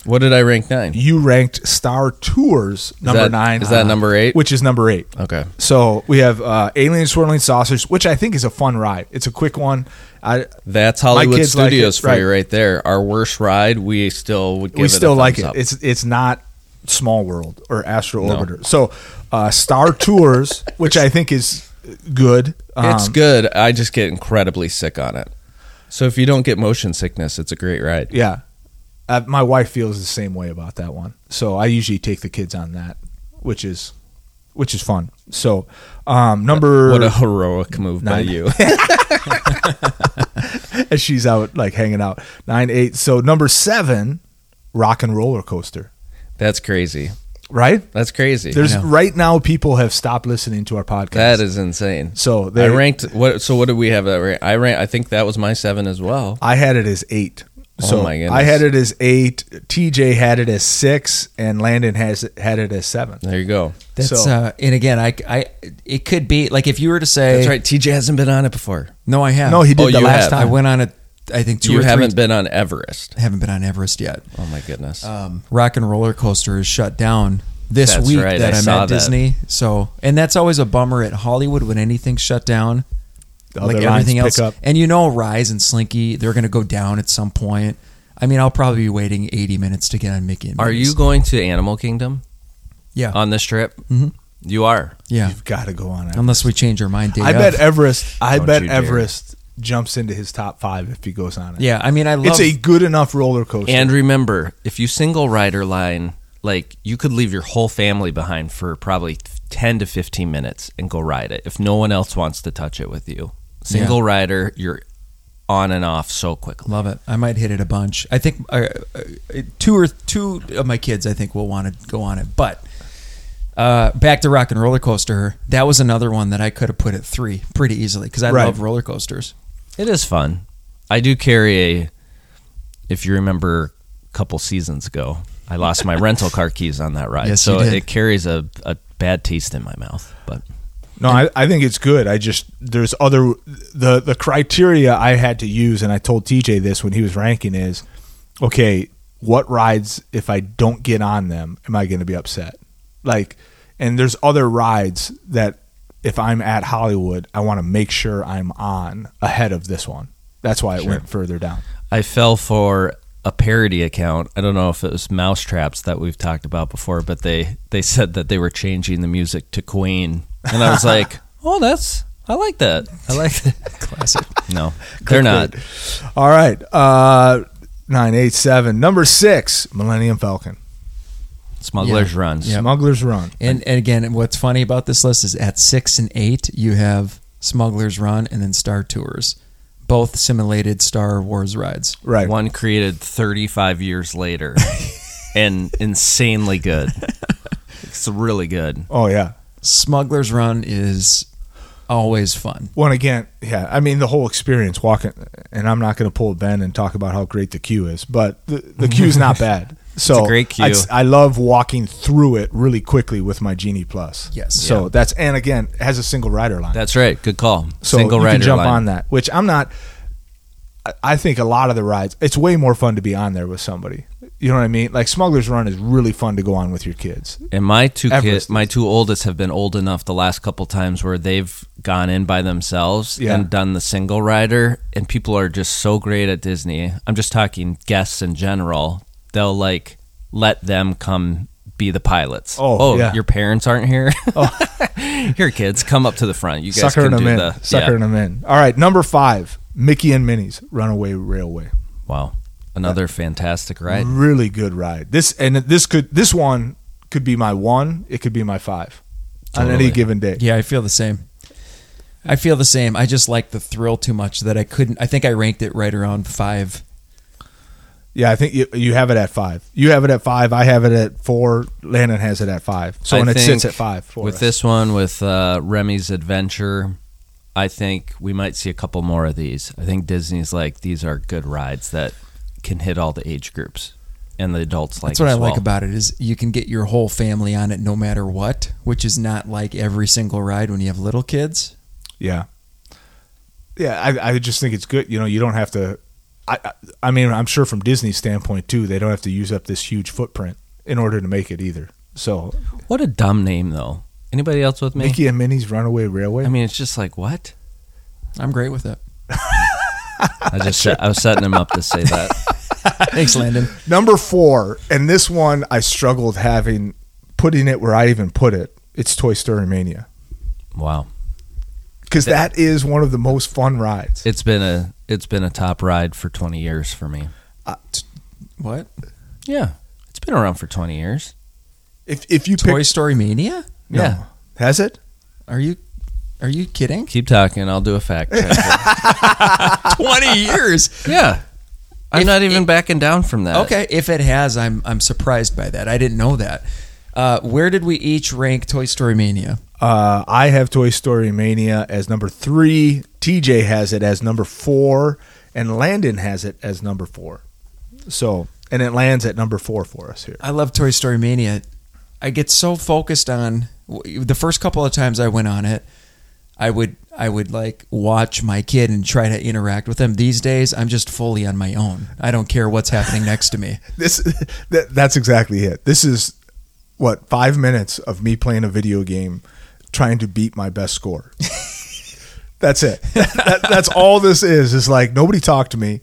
Speaker 3: What did I rank nine?
Speaker 2: you ranked Star Tours number
Speaker 3: that-
Speaker 2: nine.
Speaker 3: is that number eight?
Speaker 2: Which is number eight.
Speaker 3: Okay.
Speaker 2: So we have uh, Alien Swirling Saucers, which I think is a fun ride. It's a quick one. I
Speaker 3: That's
Speaker 2: My
Speaker 3: Hollywood
Speaker 2: kids like
Speaker 3: Studios
Speaker 2: it,
Speaker 3: for you right there. Our worst ride, we still would give
Speaker 2: we
Speaker 3: it a
Speaker 2: still like
Speaker 3: thumbs
Speaker 2: it.
Speaker 3: up.
Speaker 2: It's it's not Small World or Astro
Speaker 3: No.
Speaker 2: Orbiter. So uh, Star Tours, which I think is good.
Speaker 3: It's
Speaker 2: Um,
Speaker 3: good. I just get incredibly sick on it. So if you don't get motion sickness, it's a great ride.
Speaker 2: Yeah. Uh, my wife feels the same way about that one. So I usually take the kids on that, which is which is fun. So um number
Speaker 3: What a heroic move by
Speaker 2: Nine.
Speaker 3: you.
Speaker 2: as she's out like hanging out. Nine eight. So number seven, rock and roller coaster.
Speaker 3: That's crazy.
Speaker 2: Right?
Speaker 3: That's crazy.
Speaker 2: There's
Speaker 1: know.
Speaker 2: right now people have stopped listening to our podcast.
Speaker 3: that is insane.
Speaker 2: so
Speaker 3: I
Speaker 2: they
Speaker 3: ranked what? So what did we have? That rank? I rank. I think that was my seven as well.
Speaker 2: I had it as eight.
Speaker 3: Oh
Speaker 2: So
Speaker 3: my goodness.
Speaker 2: I had it as eight. TJ had it as six, and Landon has had it as seven.
Speaker 3: There you go.
Speaker 1: That's
Speaker 2: So-
Speaker 1: uh, and again, I, I, it could be like if you were to say,
Speaker 3: That's right. TJ hasn't been on it before.
Speaker 1: No, I have.
Speaker 2: No, he did
Speaker 3: Oh,
Speaker 2: the
Speaker 3: you
Speaker 2: last
Speaker 3: have.
Speaker 2: time.
Speaker 1: I went on it. I think two
Speaker 3: you
Speaker 1: or
Speaker 3: haven't
Speaker 1: three.
Speaker 3: been on Everest.
Speaker 1: haven't been on Everest yet.
Speaker 3: Oh my goodness.
Speaker 1: Um, Rock and Roller Coaster is shut down this
Speaker 3: That's
Speaker 1: week
Speaker 3: right,
Speaker 1: that
Speaker 3: I
Speaker 1: I'm
Speaker 3: saw
Speaker 1: at
Speaker 3: that.
Speaker 1: Disney. So, and that's always a bummer at Hollywood when anything's shut down,
Speaker 2: The
Speaker 1: like
Speaker 2: other lines
Speaker 1: everything else.
Speaker 2: pick up.
Speaker 1: And you know, Rise and Slinky, they're going to go down at some point. I mean, I'll probably be waiting 80 minutes to get on Mickey. And
Speaker 3: Are
Speaker 1: Minnie's.
Speaker 3: you going to Animal Kingdom
Speaker 1: Yeah,
Speaker 3: on this trip?
Speaker 2: Mm-hmm.
Speaker 1: Mhm.
Speaker 3: You are.
Speaker 1: yeah.
Speaker 2: You've got to go on it.
Speaker 1: Unless we change our mind, day
Speaker 2: I
Speaker 1: of.
Speaker 2: bet Everest. I
Speaker 3: Don't
Speaker 2: bet
Speaker 3: you dare.
Speaker 2: Everest jumps into his top five if he goes on it.
Speaker 1: Yeah, I mean, I love.
Speaker 2: It's a good enough roller coaster.
Speaker 3: And remember, if you single rider line, like you could leave your whole family behind for probably 10 to 15 minutes and go ride it if no one else wants to touch it with you. Single rider, you're on and off so quickly.
Speaker 1: Love it. I might hit it a bunch. I think uh, uh, two or two of my kids, I think, will want to go on it. But uh, back to Rock and Roller Coaster. That was another one that I could have put at three pretty easily because I
Speaker 2: Right.
Speaker 1: love roller coasters.
Speaker 3: It is fun. I do carry a, if you remember a couple seasons ago, I lost my rental car keys on that ride.
Speaker 1: Yes,
Speaker 3: so
Speaker 1: you did.
Speaker 3: it carries a, a bad taste in my mouth. But
Speaker 2: No, I, I think it's good. I just there's other the the criteria I had to use, and I told TJ this when he was ranking is okay. What rides if I don't get on them, am I going to be upset? Like, and there's other rides that if I'm at Hollywood, I want to make sure I'm on ahead of this one. That's why it went further down.
Speaker 3: I fell for a parody account. I don't know if it was Mousetraps that we've talked about before, but they they said that they were changing the music to Queen, and I was like, "Oh, that's I like that. I like that." Classic. No, they're not.
Speaker 2: All right, uh, nine eight seven number six, Millennium Falcon,
Speaker 3: Smugglers runs.
Speaker 2: Smuggler's Run.
Speaker 1: And, and again, what's funny about this list is at six and eight, you have Smuggler's Run and then Star Tours, both simulated Star Wars rides.
Speaker 2: Right.
Speaker 3: One created 35 years later, and insanely good. It's really good.
Speaker 2: Oh yeah.
Speaker 1: Smuggler's Run is always fun.
Speaker 2: Well, and again, yeah, I mean the whole experience walking, and I'm not going to pull Ben and talk about how great the queue is, but the, the queue's not bad. So
Speaker 3: great queue.
Speaker 2: I, I love walking through it really quickly with my Genie Plus.
Speaker 1: Yes.
Speaker 2: So that's and again it has a single rider line,
Speaker 3: That's right. Good call.
Speaker 2: so
Speaker 3: Single
Speaker 2: you
Speaker 3: rider
Speaker 2: can jump
Speaker 3: line.
Speaker 2: on that. Which I'm not. I- I think a lot of the rides, it's way more fun to be on there with somebody. You know what I mean? Like Smuggler's Run is really fun to go on with your kids.
Speaker 3: And my two kids,
Speaker 2: Everest.
Speaker 3: my two oldest, have been old enough the last couple times where they've gone in by themselves
Speaker 2: Yeah.
Speaker 3: and done the single rider. And people are just so great at Disney. I'm just talking guests in general. They'll like let them come be the pilots.
Speaker 2: Oh, yeah. Oh.
Speaker 3: your parents aren't here. here, kids, come up to the front. You guys
Speaker 2: Suckering them
Speaker 3: can do
Speaker 2: in,
Speaker 3: the
Speaker 2: suckering them in. All right, number five, Mickey and Minnie's Runaway Railway.
Speaker 3: yeah. Wow, another fantastic ride.
Speaker 2: Really good ride. This and this could this one could be my one. It could be my five on
Speaker 3: Totally.
Speaker 2: any given day.
Speaker 1: Yeah, I feel the same. I feel the same. I just like the thrill too much that I couldn't. I think I ranked it right around five.
Speaker 2: Yeah, I think you, you have it at five. You have it at five. I have it at four. Landon has it at five. So
Speaker 3: I
Speaker 2: and it
Speaker 3: think
Speaker 2: sits at five for
Speaker 3: with
Speaker 2: us.
Speaker 3: this one with uh, Remy's Adventure. I think we might see a couple more of these. I think Disney's like these are good rides that can hit all the age groups and the adults like.
Speaker 1: That's what I
Speaker 3: as well.
Speaker 1: like about it is you can get your whole family on it no matter what, which is not like every single ride when you have little kids.
Speaker 2: Yeah. Yeah, I, I just think it's good. You know, you don't have to. I, I I mean, I'm sure from Disney's standpoint too, they don't have to use up this huge footprint in order to make it either. So
Speaker 3: What a dumb name though. Anybody else with me?
Speaker 2: Mickey and Minnie's Runaway Railway.
Speaker 3: I mean, it's just like what?
Speaker 1: I'm great with it.
Speaker 3: I just I was setting him up to say that.
Speaker 1: Thanks, Landon.
Speaker 2: Number four, and this one I struggled having putting it where I even put it. It's Toy Story Mania
Speaker 3: Wow,
Speaker 2: because that is one of the most fun rides.
Speaker 3: it's been a it's been a top ride for twenty years for me.
Speaker 2: Uh, t-
Speaker 1: What?
Speaker 3: Yeah, it's been around for twenty years.
Speaker 2: If if you
Speaker 1: Toy
Speaker 2: pick,
Speaker 1: Story Mania?
Speaker 2: no.
Speaker 3: Yeah.
Speaker 2: has it?
Speaker 1: Are you are you kidding?
Speaker 3: Keep talking. I'll do a fact check.
Speaker 1: Twenty years.
Speaker 3: yeah, I'm
Speaker 1: If-
Speaker 3: not even backing down from that.
Speaker 1: Okay, if it has, I'm I'm surprised by that. I didn't know that. Uh, where did we each rank Toy Story Mania?
Speaker 2: Uh, I have Toy Story Mania as number three. TJ has it as number four, and Landon has it as number four. So and it lands at number four for us here.
Speaker 1: I love Toy Story Mania. I get so focused on the first couple of times I went on it. I would I would like watch my kid and try to interact with them. These days, I'm just fully on my own. I don't care what's happening next to me.
Speaker 2: This that, that's exactly it. This is what five minutes of me playing a video game, trying to beat my best score. that's it. That- that's all this is. Is like nobody talk to me.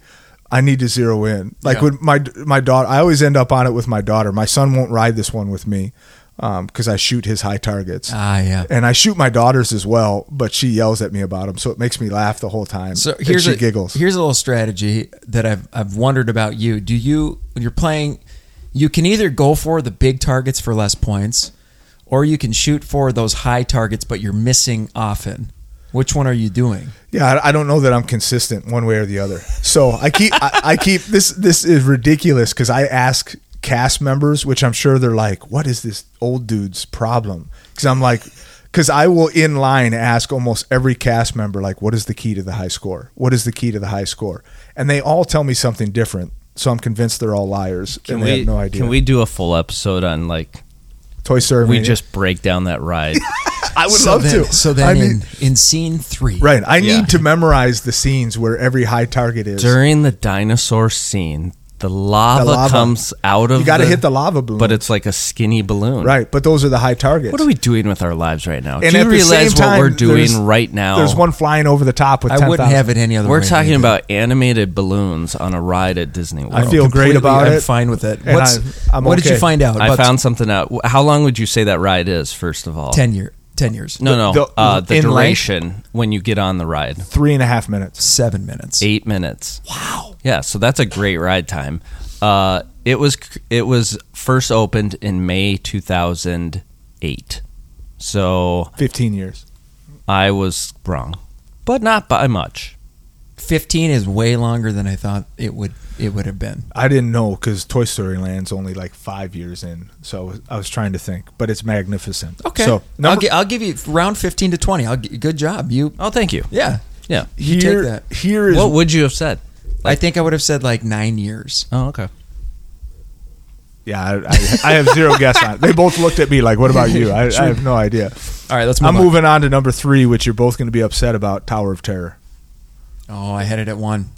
Speaker 2: I need to zero in. Like
Speaker 1: Yeah.
Speaker 2: when my my daughter, I always end up on it with my daughter. My son won't ride this one with me. because I shoot his high targets.
Speaker 1: Ah, yeah.
Speaker 2: And I shoot my daughters as well, but she yells at me about them, so it makes me laugh the whole time.
Speaker 1: So
Speaker 2: And
Speaker 1: here's
Speaker 2: she
Speaker 1: a,
Speaker 2: giggles.
Speaker 1: Here's a little strategy that I've I've wondered about you. Do you when you're playing, you can either go for the big targets for less points, or you can shoot for those high targets, but you're missing often. Which one are you doing?
Speaker 2: Yeah, I, I don't know that I'm consistent one way or the other. So I keep, I, I keep this. This is ridiculous because I ask cast members, which I'm sure they're like, "What is this old dude's problem?" Because I'm like, because I will in line ask almost every cast member, like, "What is the key to the high score? What is the key to the high score?" And they all tell me something different. So I'm convinced they're all liars
Speaker 3: Can
Speaker 2: and
Speaker 3: we
Speaker 2: they have no idea.
Speaker 3: can we do a full episode on like
Speaker 2: Toy Story?
Speaker 3: we
Speaker 2: Mania.
Speaker 3: just break down that ride?
Speaker 2: I would
Speaker 1: so
Speaker 2: love
Speaker 1: then,
Speaker 2: to.
Speaker 1: So then
Speaker 2: I mean-
Speaker 1: in, in scene three,
Speaker 2: Right. I
Speaker 3: Yeah.
Speaker 2: need to memorize the scenes where every high target is.
Speaker 3: During the dinosaur scene, the lava,
Speaker 2: The lava.
Speaker 3: comes out of
Speaker 2: you got to hit the lava balloon.
Speaker 3: but it's like a skinny balloon.
Speaker 2: right. But those are the high targets.
Speaker 3: Hmm. What are we doing with our lives right now?
Speaker 2: And
Speaker 3: Do
Speaker 2: at
Speaker 3: you
Speaker 2: the
Speaker 3: realize
Speaker 2: same
Speaker 3: what we're
Speaker 2: time,
Speaker 3: doing
Speaker 2: there's-
Speaker 3: right now?
Speaker 2: There's one flying over the top with.
Speaker 1: I
Speaker 2: 10,000.
Speaker 1: wouldn't have it any other way.
Speaker 3: We're talking
Speaker 1: Nathan.
Speaker 3: about animated balloons on a ride at Disney World.
Speaker 2: I feel great
Speaker 1: Completely,
Speaker 2: about
Speaker 1: I'm
Speaker 2: it.
Speaker 1: fine with it.
Speaker 2: and
Speaker 1: What's,
Speaker 2: I- I'm
Speaker 1: what did
Speaker 2: okay.
Speaker 1: you find out?
Speaker 3: I
Speaker 1: about
Speaker 3: found something out. Wh- How long would you say that ride is? First of all,
Speaker 1: ten year, ten years,
Speaker 3: No, no.
Speaker 2: The-
Speaker 3: The, uh, the
Speaker 2: in length?
Speaker 3: duration when you get on the ride,
Speaker 2: Three and a half minutes.
Speaker 1: seven minutes.
Speaker 3: eight minutes. Wow. Yeah, so that's a great ride time. Uh, it was c- it was first opened in May 2008, so
Speaker 2: Fifteen years.
Speaker 3: I was wrong, but not by much.
Speaker 1: Fifteen is way longer than I thought it would. It would have been.
Speaker 2: I didn't know because Toy Story Land's only like five years in, so I was, I was trying to think. But it's magnificent.
Speaker 1: Okay.
Speaker 2: So
Speaker 1: I'll,
Speaker 2: number,
Speaker 1: gi- I'll give you round 15 to 20. I'll gi- good job. You
Speaker 3: Oh, thank you.
Speaker 1: yeah.
Speaker 3: Yeah.
Speaker 1: you
Speaker 2: here,
Speaker 1: take that.
Speaker 2: here is
Speaker 3: What would you have said?
Speaker 1: I think I would have said like 9 years.
Speaker 3: Oh, okay.
Speaker 2: yeah. I, I, I have zero guess on. it. They both looked at me like, "What about you?" I, I have no idea.
Speaker 1: All right, let's move
Speaker 2: I'm
Speaker 1: on.
Speaker 2: moving on to number three, which you're both going to be upset about. Tower of Terror.
Speaker 1: Oh, I had it at 1.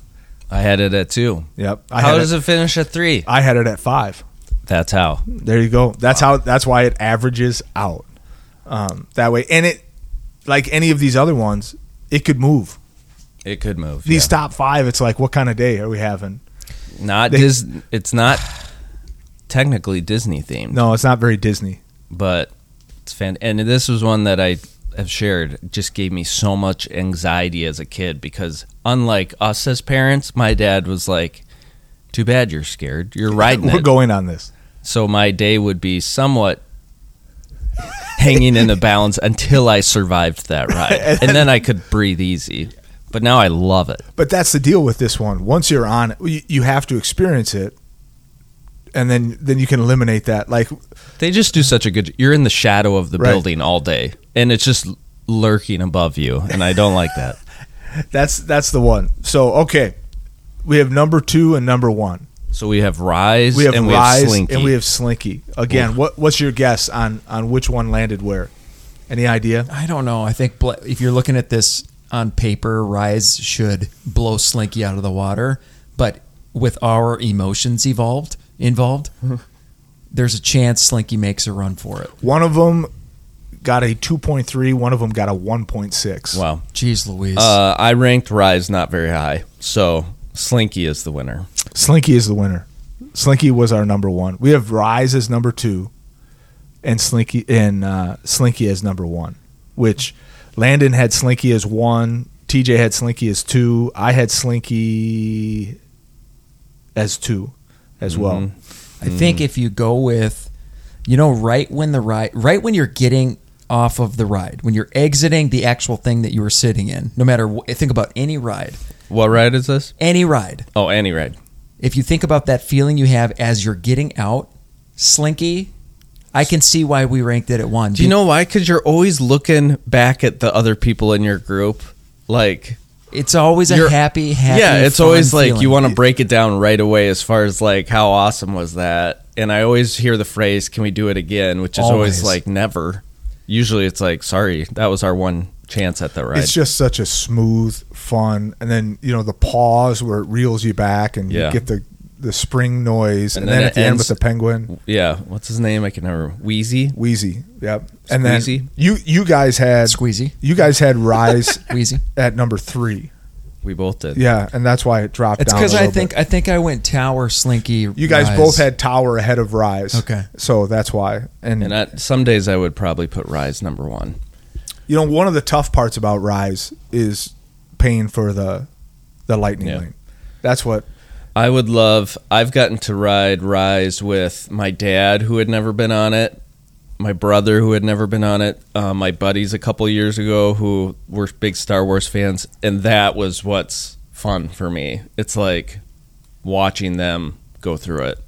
Speaker 3: I had it at two.
Speaker 2: Yep. I
Speaker 3: how
Speaker 2: had
Speaker 3: does it finish at three?
Speaker 2: I had it at five.
Speaker 3: That's how.
Speaker 2: There you go. That's how. That's why it averages out um, that way. And it, like any of these other ones, it could move.
Speaker 3: It could move.
Speaker 2: These top five, it's like, what kind of day are we having?
Speaker 3: yeah. Not
Speaker 2: they-
Speaker 3: Dis- It's not technically Disney themed.
Speaker 2: No, it's not very Disney.
Speaker 3: but it's fan and this was one that I have shared It just gave me so much anxiety as a kid because unlike us as parents, my dad was like, "Too bad you're scared. You're riding
Speaker 2: We're
Speaker 3: it."
Speaker 2: going on this.
Speaker 3: so my day would be somewhat hanging in the balance until I survived that ride, and then I could breathe easy. But now I love it.
Speaker 2: But that's the deal with this one. Once you're on it, you, you have to experience it, and then then you can eliminate that. Like
Speaker 3: They just do such a good. You're in the shadow of the
Speaker 2: Right.
Speaker 3: building all day, and it's just lurking above you, and I don't like that.
Speaker 2: that's that's the one. So okay, we have number two and number one.
Speaker 3: So we have Rise,
Speaker 2: We have
Speaker 3: and we
Speaker 2: Rise
Speaker 3: have Slinky.
Speaker 2: and we have Slinky. Again, what what's your guess on on which one landed where? Any idea?
Speaker 1: I don't know. I think bl- if you're looking at this on paper, Rise should blow Slinky out of the water, but with our emotions evolved involved, there's a chance Slinky makes a run for it.
Speaker 2: One of them got a 2.3. One of them got a 1.6.
Speaker 3: wow.
Speaker 1: Jeez Louise.
Speaker 3: Uh, I ranked Rise not very high, so Slinky is the winner.
Speaker 2: Slinky is the winner. Slinky was our number one. We have Rise as number two, and Slinky and uh, Slinky as number one. Which Landon had Slinky as one. TJ had Slinky as two. I had Slinky as two, as
Speaker 3: Mm-hmm.
Speaker 2: well.
Speaker 1: I think if you go with, you know, right when the ride, right when you're getting off of the ride, when you're exiting the actual thing that you were sitting in, no matter what, think about any ride,
Speaker 3: What ride is this?
Speaker 1: any ride.
Speaker 3: Oh, any ride.
Speaker 1: If you think about that feeling you have as you're getting out, Slinky, I can see why we ranked it at one.
Speaker 3: Do you know why? Because you're always looking back at the other people in your group. Like,
Speaker 1: it's always a
Speaker 3: you're-
Speaker 1: happy, happy.
Speaker 3: yeah, it's
Speaker 1: fun
Speaker 3: always like
Speaker 1: feeling.
Speaker 3: you want to break it down right away as far as like how awesome was that. And I always hear the phrase, "Can we do it again?" Which is always,
Speaker 1: Always.
Speaker 3: like never. Usually, it's like, "Sorry, that was our one chance at that ride."
Speaker 2: It's just such a smooth, fun, and then you know the pause where it reels you back, and
Speaker 3: Yeah.
Speaker 2: you get the the spring noise, and,
Speaker 3: And
Speaker 2: then,
Speaker 3: then
Speaker 2: at
Speaker 3: it
Speaker 2: the end with
Speaker 3: ends-
Speaker 2: the penguin.
Speaker 3: yeah, what's his name? I can never. Wheezy.
Speaker 2: Wheezy. Yep. And
Speaker 3: Squeezy.
Speaker 2: then you you guys had
Speaker 1: Squeezy.
Speaker 2: You guys had Rise
Speaker 1: Wheezy.
Speaker 2: at number three.
Speaker 3: We both did.
Speaker 2: Yeah, and that's why it dropped.
Speaker 1: It's
Speaker 2: down
Speaker 1: because
Speaker 2: a
Speaker 1: I
Speaker 2: little
Speaker 1: think
Speaker 2: bit.
Speaker 1: I think I went Tower Slinky.
Speaker 2: you guys
Speaker 1: Rise.
Speaker 2: both had Tower ahead of Rise.
Speaker 1: Okay.
Speaker 2: so that's why. And,
Speaker 3: And I, some days I would probably put Rise number one.
Speaker 2: you know, one of the tough parts about Rise is paying for the the Lightning
Speaker 3: Yeah.
Speaker 2: Lane. That's what.
Speaker 3: I would love. I've gotten to ride Rise with my dad, who had never been on it, my brother, who had never been on it, uh, my buddies a couple years ago, who were big Star Wars fans, and that was what's fun for me. It's like watching them go through it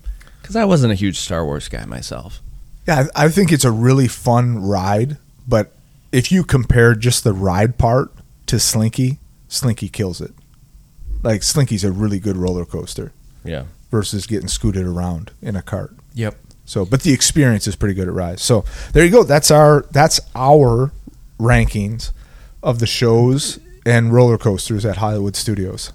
Speaker 3: because I wasn't a huge Star Wars guy myself.
Speaker 2: Yeah, I I think it's a really fun ride, but if you compare just the ride part to Slinky, Slinky kills it. Like Slinky's a really good roller coaster
Speaker 3: Yeah.
Speaker 2: versus getting scooted around in a cart.
Speaker 1: Yep.
Speaker 2: So, but the experience is pretty good at Rise. So there you go. That's our that's our rankings of the shows and roller coasters at Hollywood Studios.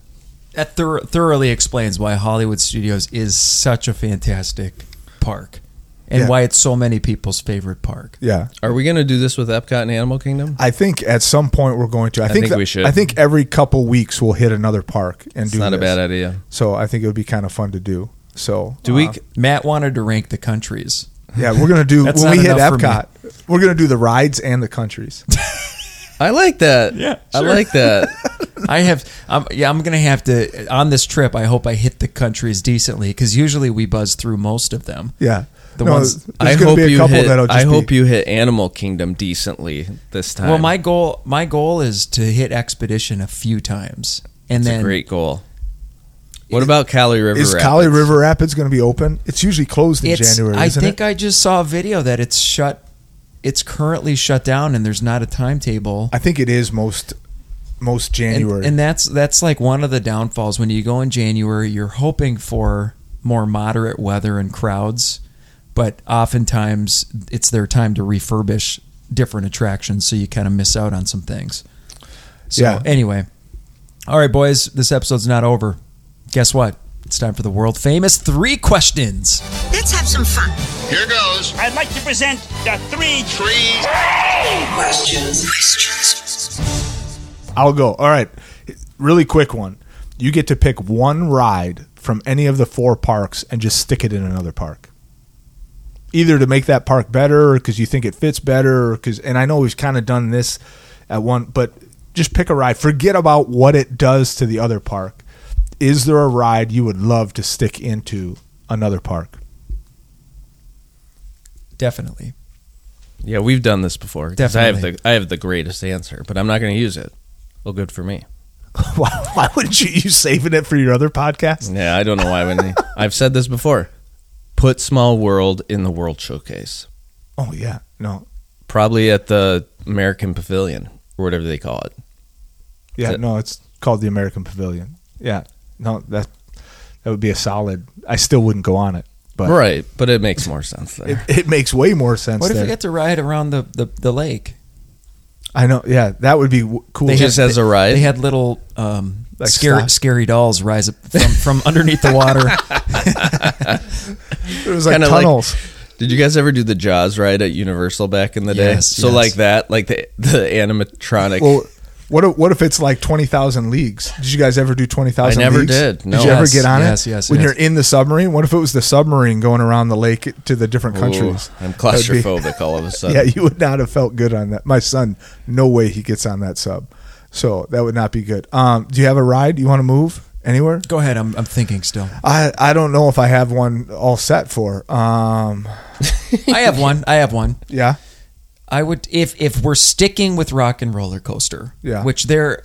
Speaker 1: That thor- thoroughly explains why Hollywood Studios is such a fantastic park, and
Speaker 2: Yeah.
Speaker 1: why it's so many people's favorite park.
Speaker 2: Yeah,
Speaker 3: Are we going to do this with Epcot and Animal Kingdom?
Speaker 2: I think at some point we're going to. I, think,
Speaker 3: think
Speaker 2: that-
Speaker 3: we should.
Speaker 2: I think every couple weeks we'll hit another park and
Speaker 3: It's
Speaker 2: do.
Speaker 3: not a
Speaker 2: this.
Speaker 3: bad idea.
Speaker 2: So I think it would be kind of fun to do. So
Speaker 3: Do we?
Speaker 2: uh,
Speaker 1: Matt wanted to rank the countries.
Speaker 2: Yeah, we're gonna do when
Speaker 1: That's
Speaker 2: we
Speaker 1: not
Speaker 2: hit
Speaker 1: enough for me.
Speaker 2: Epcot. We're gonna do the rides and the countries.
Speaker 3: I like that.
Speaker 1: Yeah,
Speaker 3: I
Speaker 1: sure.
Speaker 3: like that.
Speaker 1: I have, I'm, yeah, I'm gonna have to on this trip. I hope I hit the countries decently because usually we buzz through most of them.
Speaker 2: Yeah,
Speaker 1: The ones-
Speaker 2: there's
Speaker 3: I
Speaker 2: gonna
Speaker 3: hope
Speaker 2: be a
Speaker 3: you
Speaker 2: couple
Speaker 3: hit.
Speaker 2: that'll just
Speaker 3: I
Speaker 2: be-
Speaker 3: hope you hit Animal Kingdom decently this time.
Speaker 1: Well, my goal, my goal is to hit Expedition a few times, and
Speaker 3: It's
Speaker 1: then
Speaker 3: a great goal. What about Cali River?
Speaker 2: Is
Speaker 3: Rapids?
Speaker 2: Cali River Rapids gonna be open? It's usually closed in
Speaker 1: it's.
Speaker 2: January,
Speaker 1: I
Speaker 2: isn't
Speaker 1: think
Speaker 2: it?
Speaker 1: I just saw a video that it's shut. It's currently shut down, and there's not a timetable.
Speaker 2: I think it is most most
Speaker 1: and,
Speaker 2: January.
Speaker 1: and that's that's like one of the downfalls when you go in January. You're hoping for more moderate weather and crowds, but oftentimes it's their time to refurbish different attractions, so you kind of miss out on some things. So
Speaker 2: Yeah.
Speaker 1: anyway, all right, boys, this episode's not over. Guess what? It's time for the world famous three questions.
Speaker 4: Let's have some fun.
Speaker 5: Here goes.
Speaker 6: I'd like to present the three
Speaker 5: Three.
Speaker 2: I'll go. All right, really quick one. You get to pick one ride from any of the four parks and just stick it in another park. Either to make that park better, or because you think it fits better, or because and I know we've kind of done this at one, but just pick a ride. Forget about what it does to the other park. Is there a ride you would love to stick into another park?
Speaker 1: Definitely.
Speaker 3: Yeah, we've done this before. 'cause I have
Speaker 1: Definitely.
Speaker 3: the I have the greatest answer, but I'm not going to use it. Well, good for me.
Speaker 2: why, why wouldn't you? You saving it for your other podcast?
Speaker 3: Yeah, I don't know why. When I've said this before, put Small World in the World Showcase,
Speaker 2: Oh yeah, no,
Speaker 3: probably at the American Pavilion or whatever they call it.
Speaker 2: Yeah,
Speaker 3: That-
Speaker 2: no, it's called the American Pavilion. Yeah, no, that that would be a solid. I still wouldn't go on it, but
Speaker 3: Right, but it makes more sense
Speaker 2: it,
Speaker 3: there.
Speaker 2: it makes way more sense.
Speaker 1: What if
Speaker 2: there.
Speaker 1: we get to ride around the the, the lake?
Speaker 2: I know. Yeah, that would be w- cool.
Speaker 1: They
Speaker 3: Just
Speaker 1: had-
Speaker 3: as a ride?
Speaker 1: They had little um,
Speaker 2: Like
Speaker 1: scary
Speaker 2: stock-
Speaker 1: scary dolls rise up from, from underneath the water.
Speaker 2: it was like
Speaker 3: kinda like-
Speaker 2: tunnels.
Speaker 3: Did you guys ever do the Jaws ride at Universal back in the day?
Speaker 1: Yes,
Speaker 3: so
Speaker 1: yes.
Speaker 3: like that, like the the animatronic.
Speaker 2: well, what if, what if it's like twenty thousand leagues? Did you guys ever do twenty thousand?
Speaker 3: I never did, no.
Speaker 2: Did you
Speaker 1: Yes,
Speaker 2: ever get on
Speaker 1: yes,
Speaker 2: it?
Speaker 1: yes,
Speaker 2: When
Speaker 1: yes.
Speaker 2: you're in the submarine, what if it was the submarine going around the lake to the different
Speaker 3: Ooh,
Speaker 2: countries?
Speaker 3: I'm
Speaker 2: That would be-
Speaker 3: claustrophobic all of a sudden.
Speaker 2: yeah, you would not have felt good on that. My son, no way he gets on that sub. So that would not be good. Um, do you have a ride? You want to move anywhere?
Speaker 1: Go ahead. I'm, I'm thinking still.
Speaker 2: I, I don't know if I have one all set for. Um,
Speaker 1: I have one. I have one.
Speaker 2: yeah.
Speaker 1: I would if if we're sticking with Rock and Roller Coaster,
Speaker 2: Yeah.
Speaker 1: which they're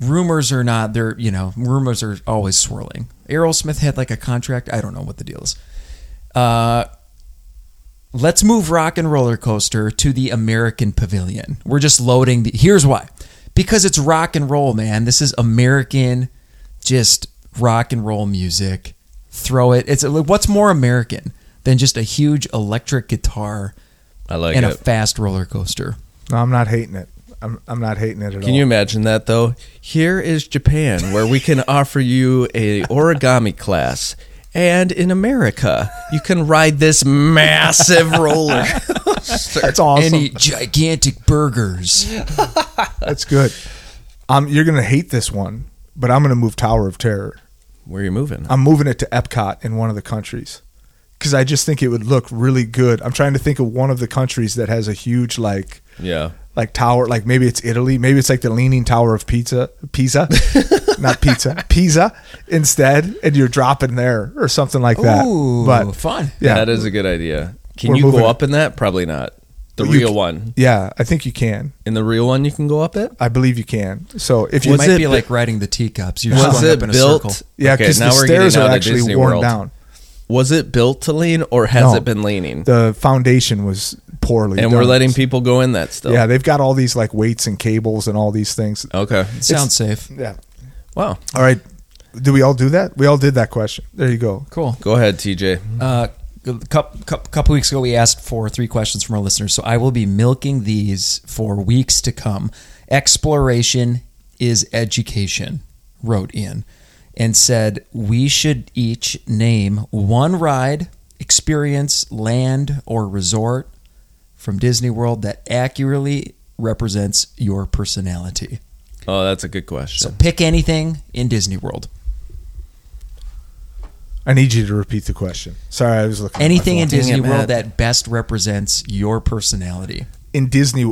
Speaker 1: rumors are not. They're you know rumors are always swirling. Aerosmith had like a contract. I don't know what the deal is. Uh, let's move Rock and Roller Coaster to the American Pavilion. We're just loading. The, here's why, because it's rock and roll, man. This is American, just rock and roll music. Throw it. It's what's more American than just a huge electric guitar
Speaker 3: I like
Speaker 1: and
Speaker 3: it.
Speaker 1: a fast roller coaster.
Speaker 2: No, I'm not hating it. I'm, I'm not hating it at all.
Speaker 3: Can you imagine that though? Here is Japan, where we can offer you a origami class, and in America, you can ride this massive roller.
Speaker 2: That's awesome.
Speaker 1: And eat gigantic burgers.
Speaker 2: That's good. Um, you're gonna hate this one, but I'm going to move Tower of Terror.
Speaker 3: Where are you moving?
Speaker 2: I'm moving it to Epcot in one of the countries because I just think it would look really good. I'm trying to think of one of the countries that has a huge like
Speaker 3: Yeah.
Speaker 2: like tower like maybe it's Italy maybe it's like the leaning tower of pizza Pisa not pizza Pisa instead and you're dropping there or something like that
Speaker 1: Ooh,
Speaker 2: but
Speaker 1: fun.
Speaker 2: yeah
Speaker 3: That is a good idea. Can
Speaker 2: We're
Speaker 3: you
Speaker 2: moving
Speaker 3: go
Speaker 2: it.
Speaker 3: up in that? Probably not. The
Speaker 2: Well, you
Speaker 3: real
Speaker 2: c-
Speaker 3: one.
Speaker 2: yeah I think you can
Speaker 3: In the real one, you can go up it?
Speaker 2: I believe you can so if you
Speaker 1: It
Speaker 2: might
Speaker 1: might be like riding the teacups. You're just
Speaker 3: Was
Speaker 1: going
Speaker 3: it
Speaker 1: up in a circle.
Speaker 3: built?
Speaker 2: yeah because the stairs are actually worn down
Speaker 3: Was it built to lean or has
Speaker 2: No.
Speaker 3: it been leaning?
Speaker 2: the foundation was poorly
Speaker 3: and
Speaker 2: done.
Speaker 3: we're letting people go in that still.
Speaker 2: yeah they've got all these like weights and cables and all these things
Speaker 3: Okay.
Speaker 1: Sounds safe.
Speaker 2: yeah
Speaker 3: Wow.
Speaker 2: all right do we all do that we all did that question there you go
Speaker 1: Cool.
Speaker 3: Go ahead, TJ.
Speaker 1: Uh, a couple, couple weeks ago, we asked for three questions from our listeners. So I will be milking these for weeks to come. Exploration is education, wrote in and said we should each name one ride, experience, land, or resort from Disney World that accurately represents your personality.
Speaker 3: Oh, that's a good
Speaker 1: So
Speaker 3: question.
Speaker 1: pick anything in Disney World.
Speaker 2: I need you to repeat the question sorry I was looking at my
Speaker 1: Anything in
Speaker 2: phone.
Speaker 1: Disney
Speaker 3: it,
Speaker 1: World
Speaker 3: Matt.
Speaker 1: that best represents your personality.
Speaker 2: in Disney,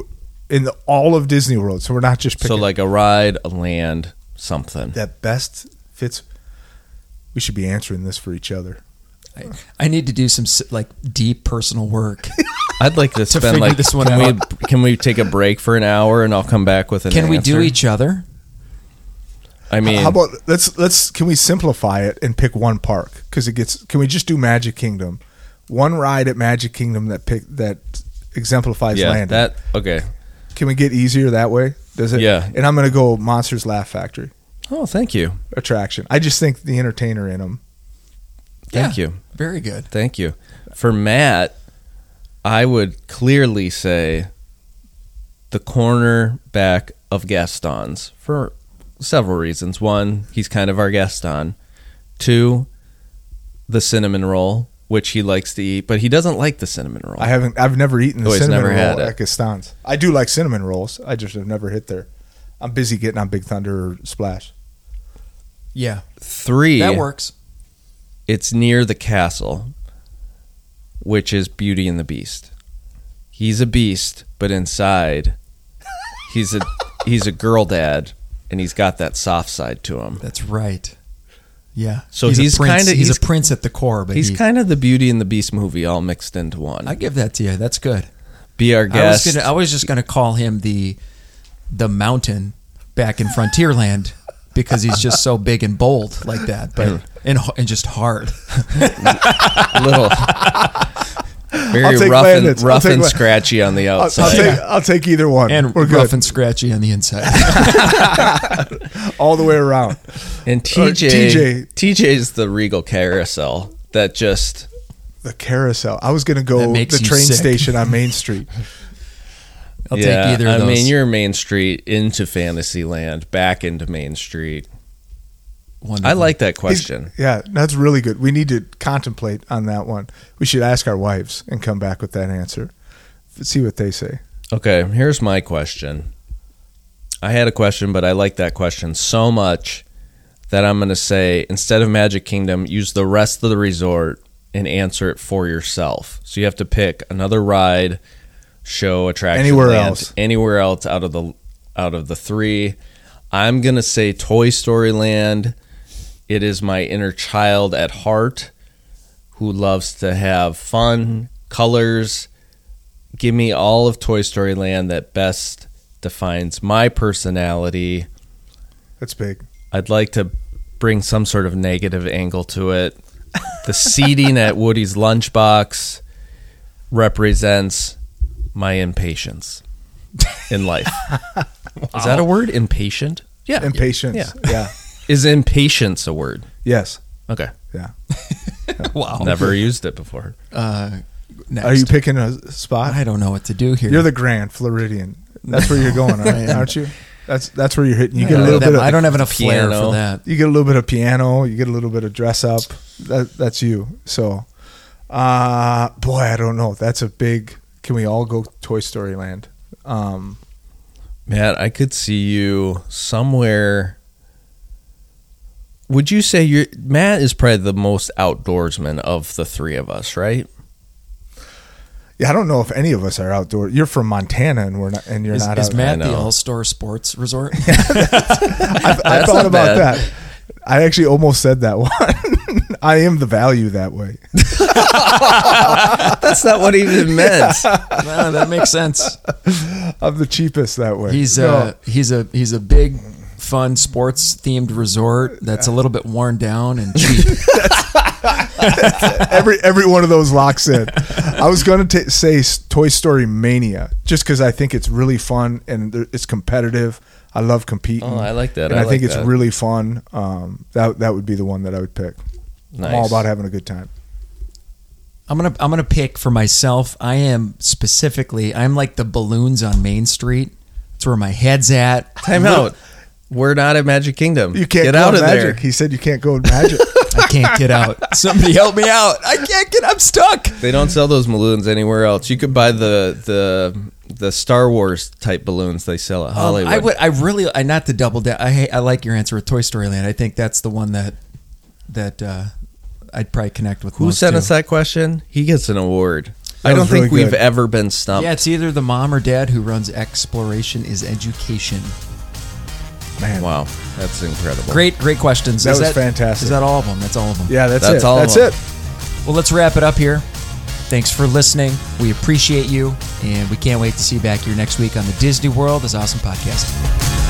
Speaker 2: in the, all of Disney World. So we're not just
Speaker 3: So,
Speaker 2: picking
Speaker 3: like a ride, a land, something.
Speaker 2: that best fits. We should be answering this for each other.
Speaker 1: I, I need to do some s- like deep personal work.
Speaker 3: I'd like to spend
Speaker 1: figure
Speaker 3: like
Speaker 1: this one
Speaker 3: can we can we take a break for an hour and I'll come back with an
Speaker 1: Can we do
Speaker 3: answer?
Speaker 1: each other?
Speaker 3: I mean,
Speaker 2: How about let's let's can we simplify it and pick one park because it gets. Can we just do Magic Kingdom? One ride at Magic Kingdom that pick that exemplifies
Speaker 3: yeah,
Speaker 2: landing.
Speaker 3: that okay.
Speaker 2: can we get easier that way? Does it?
Speaker 3: Yeah.
Speaker 2: And I'm gonna go Monsters Laugh Factory
Speaker 3: Oh, thank you.
Speaker 2: attraction. I just think the entertainer in them.
Speaker 3: Thank
Speaker 1: Yeah.
Speaker 3: you.
Speaker 1: Very good.
Speaker 3: Thank you. For Matt, I would clearly say the corner back of Gaston's for several reasons. One, he's kind of our Gaston. Two, the cinnamon roll, which he likes to eat, but he doesn't like the cinnamon roll.
Speaker 2: I haven't. I've never eaten the
Speaker 3: Oh, he's
Speaker 2: cinnamon
Speaker 3: never
Speaker 2: roll
Speaker 3: had it.
Speaker 2: at Gaston's. I do like cinnamon rolls. I just have never hit there. I'm busy getting on Big Thunder or Splash.
Speaker 1: Yeah,
Speaker 3: Three,
Speaker 1: that works.
Speaker 3: it's near the castle, which is Beauty and the Beast. He's a beast, but inside, he's a he's a girl dad, and he's got that soft side to him.
Speaker 1: That's right. Yeah.
Speaker 3: So
Speaker 1: a
Speaker 3: he's
Speaker 1: prince-
Speaker 3: kinda-
Speaker 1: he's,
Speaker 3: he's-
Speaker 1: a prince at the core, but
Speaker 3: He's
Speaker 1: he-
Speaker 3: kind of the Beauty and the Beast movie all mixed into one.
Speaker 1: I give that to you. That's good.
Speaker 3: Be our
Speaker 1: I was
Speaker 3: guest.
Speaker 1: gonna, I was just gonna call him the the mountain back in Frontierland because he's just so big and bold like that, but and and just hard.
Speaker 3: little,
Speaker 2: I'll
Speaker 3: very
Speaker 2: take
Speaker 3: rough and
Speaker 2: Landon's. I'll
Speaker 3: rough
Speaker 2: take
Speaker 3: and
Speaker 2: La-
Speaker 3: scratchy on the
Speaker 2: I'll, I'll
Speaker 3: outside.
Speaker 2: take, I'll take either one.
Speaker 1: and
Speaker 2: We're
Speaker 1: rough
Speaker 2: good
Speaker 1: and scratchy on the inside.
Speaker 2: all the way around.
Speaker 3: and
Speaker 2: Or
Speaker 3: TJ,
Speaker 2: TJ.
Speaker 3: TJ, is the Regal Carousel that just
Speaker 2: The carousel. I was going to go
Speaker 1: That makes
Speaker 2: the
Speaker 1: you
Speaker 2: train
Speaker 1: sick.
Speaker 2: station on Main Street.
Speaker 1: I'll
Speaker 3: yeah,
Speaker 1: take either of
Speaker 3: I
Speaker 1: those.
Speaker 3: mean, you're Main Street into Fantasyland, back into Main Street. I
Speaker 1: Wonderful.
Speaker 3: like that
Speaker 2: He's-
Speaker 3: question.
Speaker 2: Yeah, that's really good. We need to contemplate on that one. We should ask our wives and come back with that answer. Let's see what they say.
Speaker 3: Okay, here's my question. I had a question, but I like that question so much that I'm going to say instead of Magic Kingdom, use the rest of the resort and answer it for yourself. So you have to pick another ride, show, attraction,
Speaker 2: Anywhere
Speaker 3: land,
Speaker 2: else.
Speaker 3: anywhere else out of the out of the three. I'm going to say Toy Story Land. It is my inner child at heart who loves to have fun, colors. Give me all of Toy Story Land that best defines my personality.
Speaker 2: That's big.
Speaker 3: I'd like to bring some sort of negative angle to it. The seating at Woody's lunchbox represents my impatience in life. Is that a word? Impatient? Yeah.
Speaker 2: Impatience.
Speaker 3: Yeah.
Speaker 2: yeah.
Speaker 3: Is impatience a word?
Speaker 2: Yes.
Speaker 3: Okay.
Speaker 1: wow.
Speaker 3: Never used it before.
Speaker 1: Uh, next.
Speaker 2: Are you picking a spot?
Speaker 1: I don't know what to do here.
Speaker 2: You're the Grand Floridian. That's where you're going, aren't, aren't you? That's that's where you're hitting. You
Speaker 1: I
Speaker 2: get a
Speaker 1: don't
Speaker 2: little
Speaker 1: have-
Speaker 2: bit. Of,
Speaker 1: I don't have enough flair
Speaker 3: piano.
Speaker 1: for that.
Speaker 2: You get a little bit of piano. You get a little bit of dress up. That, that's you. So, uh, boy, I don't know. That's a big. Can we all go Toy Story Land? Um,
Speaker 3: Matt, I could see you somewhere would you say you're Matt is probably the most outdoorsman of the three of us, right?
Speaker 2: Yeah, I don't know if any of us are outdoor. You're from Montana, and we're not, and you're
Speaker 1: Is,
Speaker 2: not.
Speaker 1: is
Speaker 2: out-
Speaker 1: Matt
Speaker 3: I
Speaker 1: the
Speaker 3: know.
Speaker 1: All Star Sports Resort?
Speaker 2: I, I
Speaker 3: That's
Speaker 2: thought
Speaker 3: not
Speaker 2: about
Speaker 3: bad.
Speaker 2: that. I actually almost said that one. I am the value that way.
Speaker 3: That's not what he even meant.
Speaker 1: no, that makes sense.
Speaker 2: I'm the cheapest that way.
Speaker 1: He's uh,
Speaker 2: No.
Speaker 1: a he's a he's a big, fun sports themed resort that's a little bit worn down and cheap.
Speaker 2: every every one of those locks in. I was going to say s- Toy Story Mania just because I think it's really fun and there- it's competitive. I love competing.
Speaker 3: Oh, I like that.
Speaker 2: And
Speaker 3: I
Speaker 2: I,
Speaker 3: like
Speaker 2: think it's
Speaker 3: that.
Speaker 2: really fun. Um, that that would be the one that I would pick. I'm all
Speaker 3: Nice.
Speaker 2: about having a good time.
Speaker 1: I'm gonna I'm gonna pick for myself. I am specifically I'm like the balloons on Main Street. That's where my head's at.
Speaker 3: Time out. We're not at Magic Kingdom.
Speaker 2: You can't
Speaker 3: get
Speaker 2: go
Speaker 3: out of
Speaker 2: magic.
Speaker 3: there.
Speaker 2: He said you can't go magic.
Speaker 1: I can't get out. Somebody help me out. I can't get. I'm stuck.
Speaker 3: They don't sell those balloons anywhere else. You could buy the the the Star Wars type balloons they sell at
Speaker 1: Um,
Speaker 3: Hollywood.
Speaker 1: I would. I really. I not to double down. I hate- I like your answer with Toy Story Land. I think that's the one that that uh, I'd probably connect with.
Speaker 3: Who
Speaker 1: most
Speaker 3: sent
Speaker 1: too.
Speaker 3: us that question? He gets an award.
Speaker 2: That
Speaker 3: I don't
Speaker 2: was
Speaker 3: think
Speaker 2: really
Speaker 3: we've
Speaker 2: good.
Speaker 3: ever been stumped.
Speaker 1: Yeah, it's either the mom or dad who runs Exploration is Education.
Speaker 2: Man,
Speaker 3: Wow, that's incredible.
Speaker 1: Great, great questions.
Speaker 2: That
Speaker 1: Is
Speaker 2: was fantastic.
Speaker 1: Is that all of them? That's all of them.
Speaker 2: yeah, that's,
Speaker 3: That's
Speaker 2: it.
Speaker 3: all of
Speaker 2: that's
Speaker 3: them.
Speaker 2: it.
Speaker 1: Well, let's wrap it up here. Thanks for listening. We appreciate you, and we can't wait to see you back here next week on the Disney World is Awesome podcast.